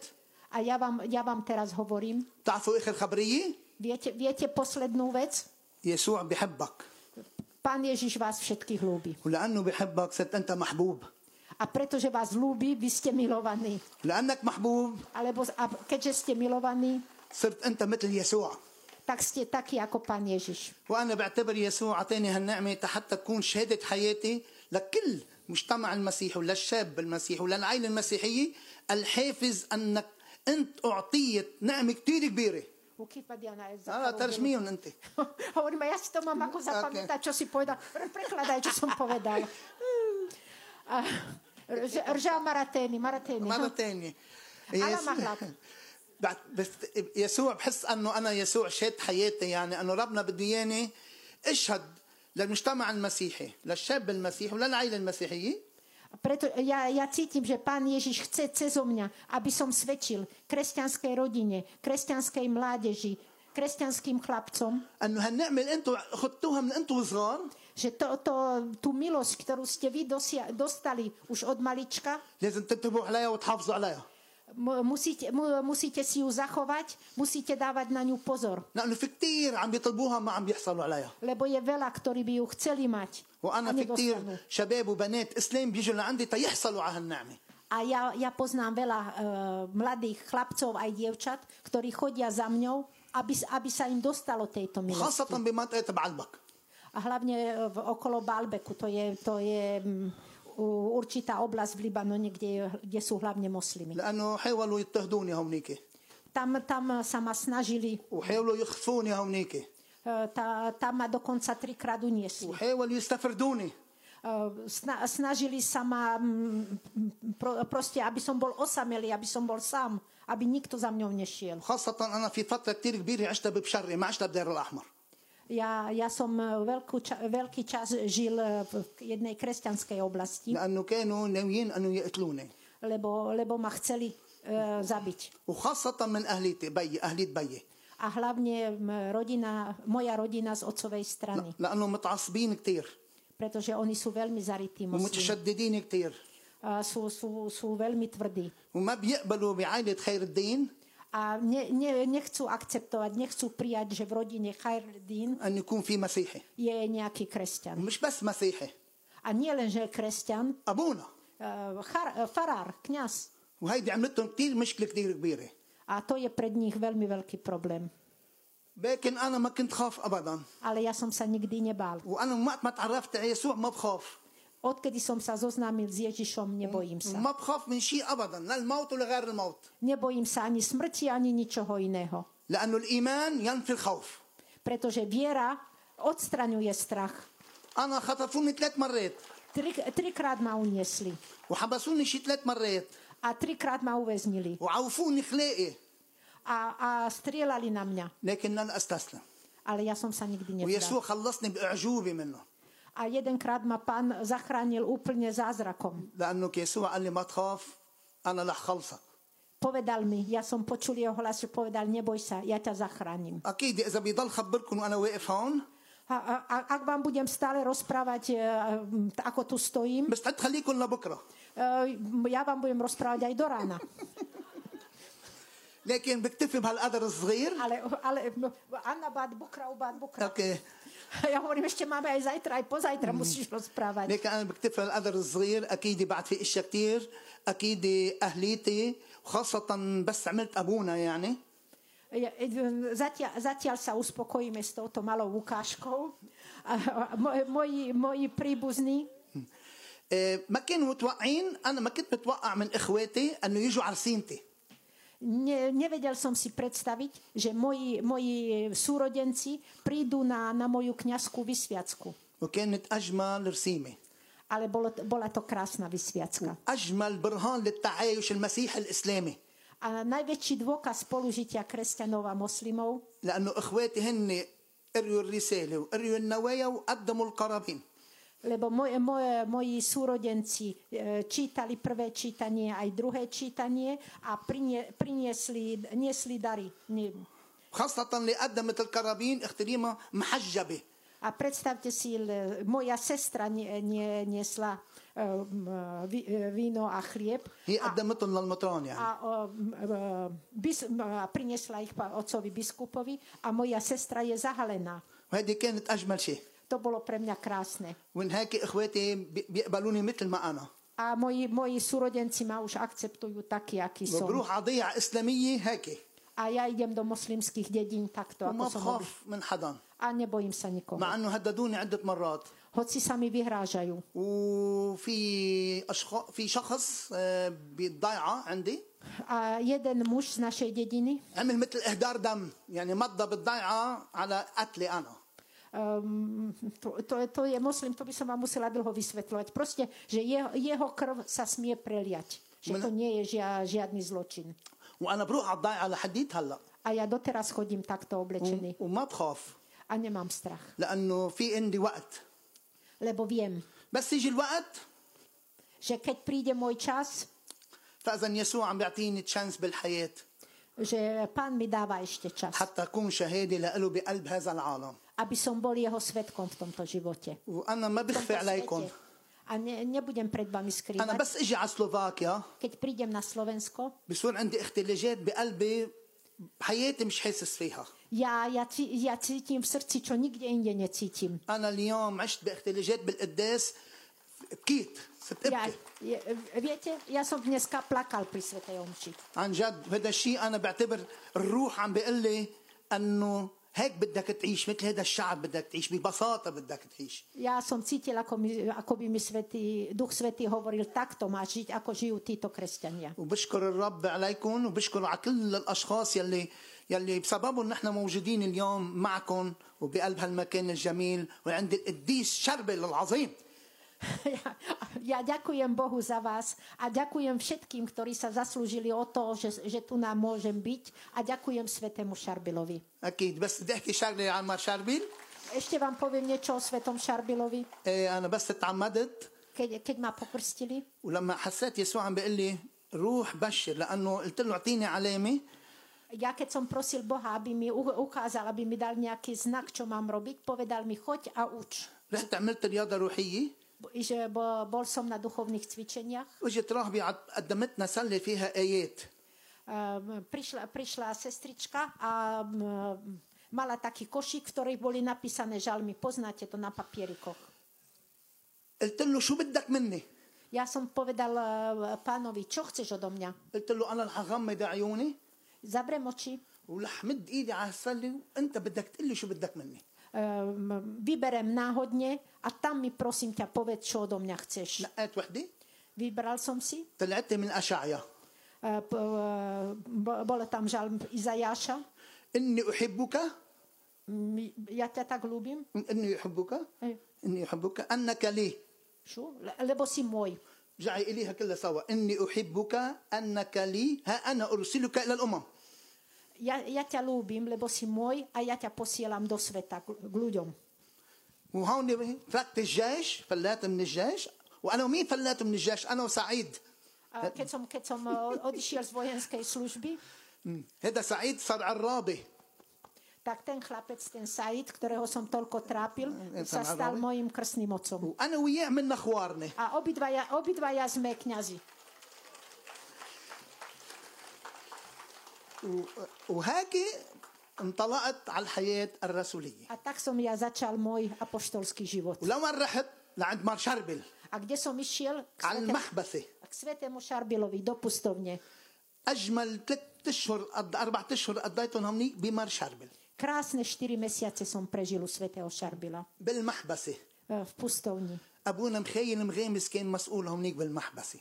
A ja vám, ja vám teraz hovorím,
بتعرفوا اخر خبريه
viete, viete poslednú vec?
يسوع بحبك
Pán Ježiš vás všetkých ľúbi.
ولانه بحبك صرت انت محبوب
A pretože vás ľúbi, vy ste milovaní.
لانك محبوب
Alebo, a keďže ste milovaní,
صرت انت مثل يسوع
tak ste takí ako Pán Ježiš.
وانا بعتبر يسوع اعطاني هالنعمه حتى تكون شهاده حياتي لكل مجتمع المسيحي وللشاب المسيحي وللعائله المسيحيه الحافز انك انت اعطيت نعمه كثير كبيره
Ukýpa Diana je za
انا
chorobou.
ترجميهم انت
Hovorím, a ja si to mám ako zapamätať, čo si povedal. Pre- Prekladaj, čo som povedal. A, ž- Ržal maratény, maratény. no.
مره ثانيه
أنا مغلط.
بس يسوع بحس انه انا يسوع شهاده حياتي يعني انه ربنا بده اياني اشهد للمجتمع المسيحي للشاب المسيحي وللعائله المسيحيه
Preto ja, ja cítim, že pán Ježiš chce cezo mňa, aby som svedčil kresťanskej rodine, kresťanskej mládeži, kresťanským chlapcom,
انه هالنعمه اللي انتم اخذتوها من انتم صغار
že to, to, tú milosť, ktorú ste vy dosia, dostali už od malička,
لازم تنتبهوا عليها وتحافظوا عليها
mu- musíte, mu- musíte si ju zachovať, musíte dávať na ňu pozor.
لانه في كثير عم بيطلبوها ما عم بيحصلوا عليها
Lebo je veľa, ktorí by ju chceli mať.
وانا
a
في
nedostanú.
كثير شباب وبنات اسلام بيجوا لعندي تيحصلوا على هالنعمه
A ja, ja poznám veľa e, mladých chlapcov aj dievčat, ktorí chodia za mňou, aby, s- aby sa im dostalo tejto milosti.
خاصه بمنطقه بعلبك
A hlavne e, v, okolo Balbeku, to je, to je mm, u- určitá oblasť v Libanone, kde, je- kde sú hlavne moslimi.
لانه حاولوا يضطهدوني هونيك
Tam, tam sa ma snažili,
وحاولوا يخفوني هونيك
e, tá, tam ma dokonca trikrát uniesli. E,
وحاولوا يستفردوني
Ehm, Sna, snažili sa ma, mm, pro, proste, aby som bol osamelý, aby som bol sám, aby nikto za mňou nešiel.
خاصة أنا في فترة كتير كبيرة عشتها ببشري ما عشتها بدير الأحمر
Ja, ja som e, veľkú ča, veľký čas žil e, v jednej kresťanskej oblasti,
لأنه كانوا ناويين أنه يقتلوني
lebo, lebo ma chceli e, zabiť.
وخاصة من أهلية بي أهلية بي
A hlavne m, rodina, moja rodina z otcovej strany,
لأنه متعصبين كتير
pretože oni sú veľmi zarytí moslimi.
ومتشددين كتير
A sú, sú, sú veľmi tvrdí.
وما بيقبلوا بعائلة خير الدين
A ne, ne, nechcú akceptovať, nechcú prijať, že v rodine Khairdín
أن يكون في مسيحي
je nejaký kresťan.
مش بس مسيحي
A nie len, že je kresťan,
أبونا
e, char- e, farár, kňaz.
وهيدي عملتهم كتير مشكلة كتير كبيرة
A to je pred nich veľmi veľký problém.
لكن أنا ما كنت خاف أبدا
Ale ja som sa nikdy nebál.
وأنا من وقت ما تعرفت على يسوع ما بخاف
Odkedy som sa zoznámil s Ježišom, nebojím sa.
وما بخاف من شيء أبدا لا الموت ولا غير الموت
Nebojím sa ani smrti, ani ničoho iného.
لأنه الإيمان ينفي الخوف
Pretože viera odstraňuje strach.
أنا خطفوني ثلاث مرات
Tri, trikrát ma uniesli
وحبسوني شي ثلاث مرات
a trikrát ma uväznili
وعوفوني خلاقي
a, a strieľali na mňa.
لكن لن أستسلم
Ale ja som sa nikdy nevzdal.
ويسوع خلصني بأعجوبة منه
A jedenkrát ma pán zachránil úplne zázrakom.
لأنه يسوع قال لي ما تخاف أنا رح خلصك
Povedal mi, ja som počul jeho hlas, že povedal, neboj sa, ja ťa zachránim.
أكيد إذا بيضل خبركم وأنا واقف هون
A, a, a ak vám budem stále rozprávať, e, m, t- ako tu stojím,
مستعد خليكم لبكرة
e, ja vám budem rozprávať aj do rána.
لكن بكتفي بهالقدر الصغير
Ale, ale m, Anna bad bukra, u bad bukra.
أوكي
Ja hovorím, ešte máme aj zajtra, aj pozajtra musíš rozprávať.
لكن أنا بكتفي بهالقدر الصغير أكيد بعد في أشياء كتير أكيد أهليتي خاصة بس عملت أبونا يعني
Ja, e, Zatiaľ, zatiaľ sa uspokojíme s touto malou ukážkou. A, a, mo- Moji, moji príbuzní,
إيه، ما كانوا متوقعين أنا ما كنت متوقع من إخواتي أنه يجوا على سينتي
ne, nevedel som si predstaviť, že moji, moji súrodenci prídu na, na moju kňazskú vysviacku.
وكانت أجمل رسيمة
Ale bolo, t- bola to krásna vysviacka.
أجمل برهان للتعايش المسيحي الإسلامي
A najväčší dôkaz spolužitia kresťanov a moslimov,
لأنه إخواتي هن قريوا الرسالة وقريوا النوايا وقدموا القرابين
lebo moje, moje, moji súrodenci e, čítali prvé čítanie aj druhé čítanie a prinie, priniesli niesli dary. Nie.
خاصة اللي قدمت القرابين اختريمة محجبة
A predstavte si, l- moja sestra nie, nie, niesla e, m, vi- e, víno a chlieb
هي
a,
قدمتهم للمطران
a,
يعني
o, m, e, bis, m, a priniesla ich pa- otcovi biskupovi a moja sestra je zahalená.
وهذه كانت أجمل شيء
To bolo pre mňa krásne.
ومن هيك إخواتي بي- بيقبلوني مثل ما أنا
A moji, moji súrodenci ma už akceptujú taký, aký
No
som.
وبروح على ضيعة إسلامية هيك
A ja idem do moslimských dedín takto, ako
وما
som hovoril.
بخاف من حدا
A nebojím sa nikoho.
مع أنه هددوني عدة مرات
Hoci sa mi vyhrážajú.
وفي اشخاص في شخص آه، بالضيعه عندي
A jeden muž z našej dediny
عمل مثل اهدار دم يعني مضى بالضيعه على قتلي انا
Um, to, to, je- to je moslim, to by som vám musela dlho vysvetľovať. Proste, že jeho, jeho krv sa smie preliať. Že
Mne-
to nie je žia, žiadny zločin.
وانا بروح على الضيعه لحديت هلا
A ja doteraz chodím takto oblečený
وما بخاف
a nemám strach.
لانه في عندي وقت
Lebo viem,
بس يجي الوقت
že keď príde môj čas,
فاذا يسوع عم بيعطيني تشانس بالحياه
že pán mi dáva ešte čas,
حتى اكون شهاده له بقلب هذا العالم
aby som bol jeho svetkom v tomto živote.
وانا ما
V tomto
بخفي عليكم
svete. A ne, nebudem pred vami
انا
skrývať.
بس اجي على سلوفاكيا
Keď prídem na Slovensko,
بصير عندي اختلاجات بقلبي حياتي مش حاسس فيها
ja, ja, ci- ja cítim v srdci, čo nikde inde necítim.
أنا اليوم عشت باختلاجات بالقداس بكيت صرت
Ja,
أبكي
je, viete, ja som dneska plakal pri Svetej Omši.
عن جد وهذا الشيء أنا بعتبر الروح عم بيقول لي أنه هيك بدك تعيش مثل هذا الشعب بدك تعيش ببساطة بدك تعيش
Ja som cítil, ako, mi, ako by mi svetý, Duch Svetý hovoril, takto má žiť, ako žijú títo kresťania.
وبشكر الرب عليكم وبشكر على كل الأشخاص يلي يلي بسببهم نحن موجودين اليوم معكم وبقلب هالمكان الجميل وعند القديس شربل العظيم
Ja, ja ďakujem Bohu za vás a ďakujem všetkým, ktorí sa zaslúžili o to, že, že tu nám môžem byť a ďakujem Svetému Šarbilovi.
أكيد بس بدي أحكي شغلة عن مار شربل
Ešte vám poviem niečo o Svetom Šarbilovi,
إيه، أنا بس تعمدت
keď, keď ma pokrstili.
ولما حسيت يسوع عم بيقول لي روح بشر لانه قلت له اعطيني علامه
Ja keď som prosil Boha, aby mi u- ukázal, aby mi dal nejaký znak, čo mám robiť, povedal mi, choď a uč.
رحت عملت رياضه روحيه
Bo- Že bo- bol som na duchovných cvičeniach.
اجت راهبه عد- قدمتنا سله فيها ايات
Ehm, Prišla, prišla sestrička a mm, mala taký košík, v ktorých boli napísané žalmy. Poznáte to na papierikoch.
قلت له شو بدك مني؟
Ja som povedal e, pánovi, čo chceš odo mňa?
قلت له انا رح اغمض عيوني
Zabrem oči, eh,
ورح مد ايدي على السله وانت بدك تقول لي شو بدك مني
ehm, vyberem náhodne a tam mi prosím ťa povedz, čo odo mňa chceš.
نقيت وحده
Vybral som si,
طلعت من اشعيا
e, p- e, bo- bolo tam žalm Izajaša,
اني احبك
M- Mm, ja ťa tak ľúbim,
اني احبك
E,
اني احبك انك لي
šu? Le- lebo si môj.
جعي اليها كلها سوا اني احبك انك لي ها انا ارسلك الى الامم
Ja, ja ťa ľúbim, lebo si môj a ja ťa posielam do sveta k, k ľuďom.
وهون فلت الجيش فلات من الجيش وانا ومين فلات من الجيش انا وسعيد
A keď som, keď som e, odišiel z vojenskej služby,
مم. هذا سعيد صار عرابي
tak ten chlapec, ten Said, ktorého som toľko trápil,
Mm, Je to
sa stal
nadravé?
mojim krstným otcom.
وانا وياه عملنا خوارنا
A obidvaja, obidvaja sme kňazi.
و- وهيك انطلقت على الحياه الرسوليه
A tak som ja začal môj apoštolský život.
ولوين رحت لعند مار شربل
A kde som išiel? K
على
svetému,
المحبسه
k svetému Šarbilovi, do pustovne.
اجمل ثلاث اشهر قض- اربع اشهر قضيتهم هونيك بمار شربل
Krásne 4 mesiace som prežil u svetého Šarbila
بالمحبسه
e, v pustovni.
ابونا مخيل مغامس كان مسؤول هونيك بالمحبسه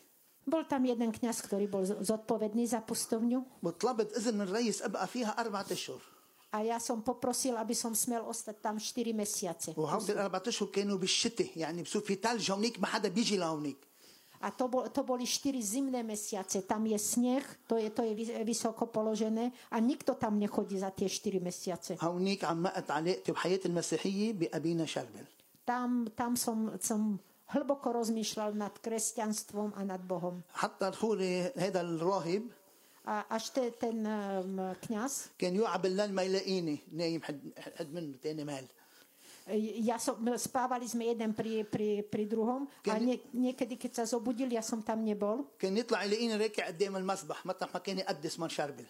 Bol tam jeden kňaz, ktorý bol z- zodpovedný za pustovňu
وطلبت اذن الرئيس ابقى فيها اربعة اشهر
a ja som poprosil, aby som smel ostať tam 4 mesiace.
وهول الاربعة اشهر كانوا بالشتاء يعني بصير في ثلج هونيك ما حدا بيجي لهونيك
A to, bol, to boli 4 zimné mesiace. Tam je sneh, to je, to je vy- vysoko položené a nikto tam nechodí za tie 4 mesiace.
هونيك عمقت علاقتي بحياتي المسيحية بأبينا شربل
Tam, tam som, som hlboko rozmýšľal nad kresťanstvom a nad Bohom.
حتى دخولي هذا الراهب
A až te, ten um, kňaz
كان يوعى بالليل ما يلاقيني نايم حد, حد منه تاني مال
Ja som, spávali sme jeden pri, pri, pri druhom a
Keď-
nie, niekedy, keď sa zobudil, ja som tam nebol
كان يطلع يلاقيني راكع قدام المسبح مطرح ما كان يقدس من شربل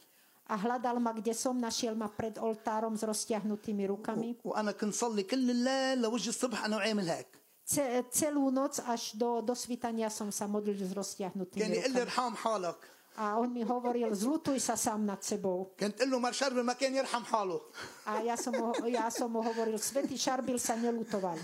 a hľadal ma, kde som, našiel ma pred oltárom s roztiahnutými rukami.
وانا كنت صلي كل الليل لوجه الصبح انا وعامل هيك
Ce, celú noc až do, do svitania som sa modlil s
كان
roztiahnutými
يقول لي
rukami.
ارحم حالك
A on mi hovoril, zlutuj sa sám nad sebou.
كنت اقول له مار شربل ما كان يرحم حاله
A ja som mu, ja som mu hovoril, svetý Šarbil sa nelutoval,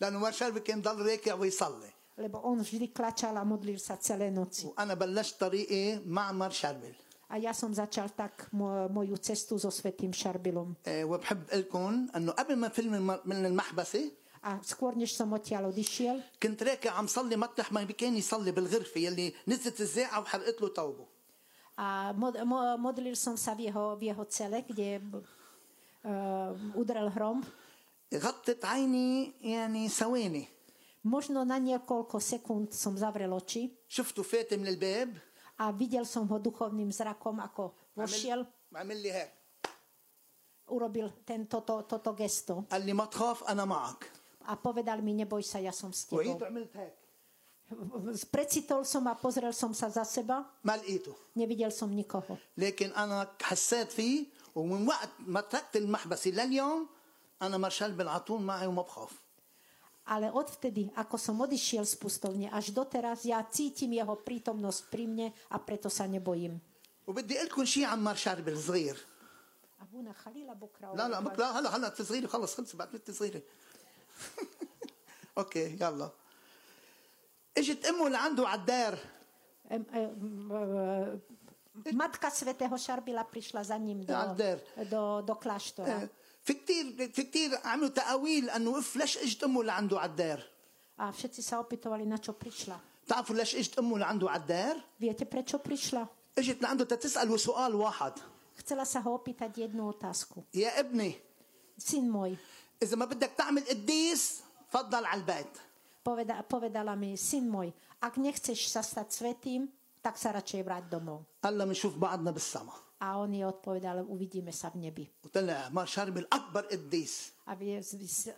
لانه مار شربل كان ضل راكع ويصلي
lebo on vždy klačal a modlil sa celé noci.
وانا بلشت طريقي مع مار شربل
A ja som začal tak mo, moju cestu so svetým Šarbilom.
آه، وبحب اقول لكم انه قبل ما فيلم الم- من المحبسه
A skôr, než som odtiaľ odišiel,
كنت راكع عم صلي مطرح ما كان يصلي بالغرفه يلي نزلت الزاعه وحرقت له ثوبه
A mod, mo, modlil som sa v jeho, v jeho cele, kde uh, udrel hrom.
غطت عيني يعني ثواني
Možno na niekoľko sekúnd som zavrel oči
شفته فاتي من الباب
a videl som ho duchovným zrakom, ako vošiel,
عمل لي هيك
urobil ten, toto, toto gesto
قال لي ما تخاف انا معك
a povedal mi, neboj sa, ja som s tebou.
وعيت عملت هيك
Precitol som a pozrel som sa za seba,
ما لقيته
nevidel som nikoho.
لكن انا حسيت فيه ومن وقت ما تركت المحبسه لليوم انا مارشال بالعطول معي وما بخاف
Ale odvtedy, ako som odišiel z pustovne, až doteraz ja cítim jeho prítomnosť pri mne a preto sa nebojím.
وبدي اقول لكم شيء عن مارشال بالصغير
أبونا خليل أبو كراوي
لا لا بك لا هلا هلا تصغيري خلص خلص بعد بنت صغيره اوكي يلا اجت امه لعنده على الدار
Em, em, e, Matka svätého Šarbila prišla za ním do,
Alder. Eh.
do, do kláštora.
آه، في كتير في كتير عملوا تقاويل انه اف ليش اجت امه لعنده على الدار
A všetci sa opýtovali, na čo prišla.
بتعرفوا ليش اجت امه لعنده على الدار
Viete, prečo prišla?
اجت لعنده تتساله سؤال واحد
Chcela sa ho opýtať jednu otázku.
يا ابني
Syn môj,
اذا ما بدك تعمل قديس فضل على البيت
poveda, povedala mi, syn môj, ak nechceš sa stať svetým, tak sa radšej vráť domov.
قال له بنشوف بعضنا بالسما
A on jej odpovedal, uvidíme sa v nebi.
وطلع مار شربل اكبر قديس
A vie-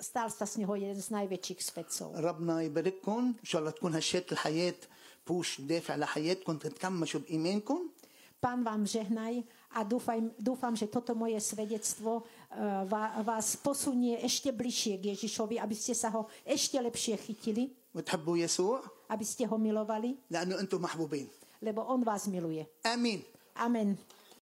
stal sa z neho jeden z najväčších svetcov.
ربنا يبارككم ان شاء الله تكون هالشات الحياه بوش دافع لحياتكم تتكمشوا بايمانكم
Pán vám žehnaj a dúfam, dúfam že toto moje svedectvo eh, va- vás posunie ešte bližšie k Ježišovi, aby ste sa ho ešte lepšie chytili,
وتحبوا يسوع
aby ste ho milovali,
لانه انتم محبوبين
lebo on vás miluje.
امين
Amen.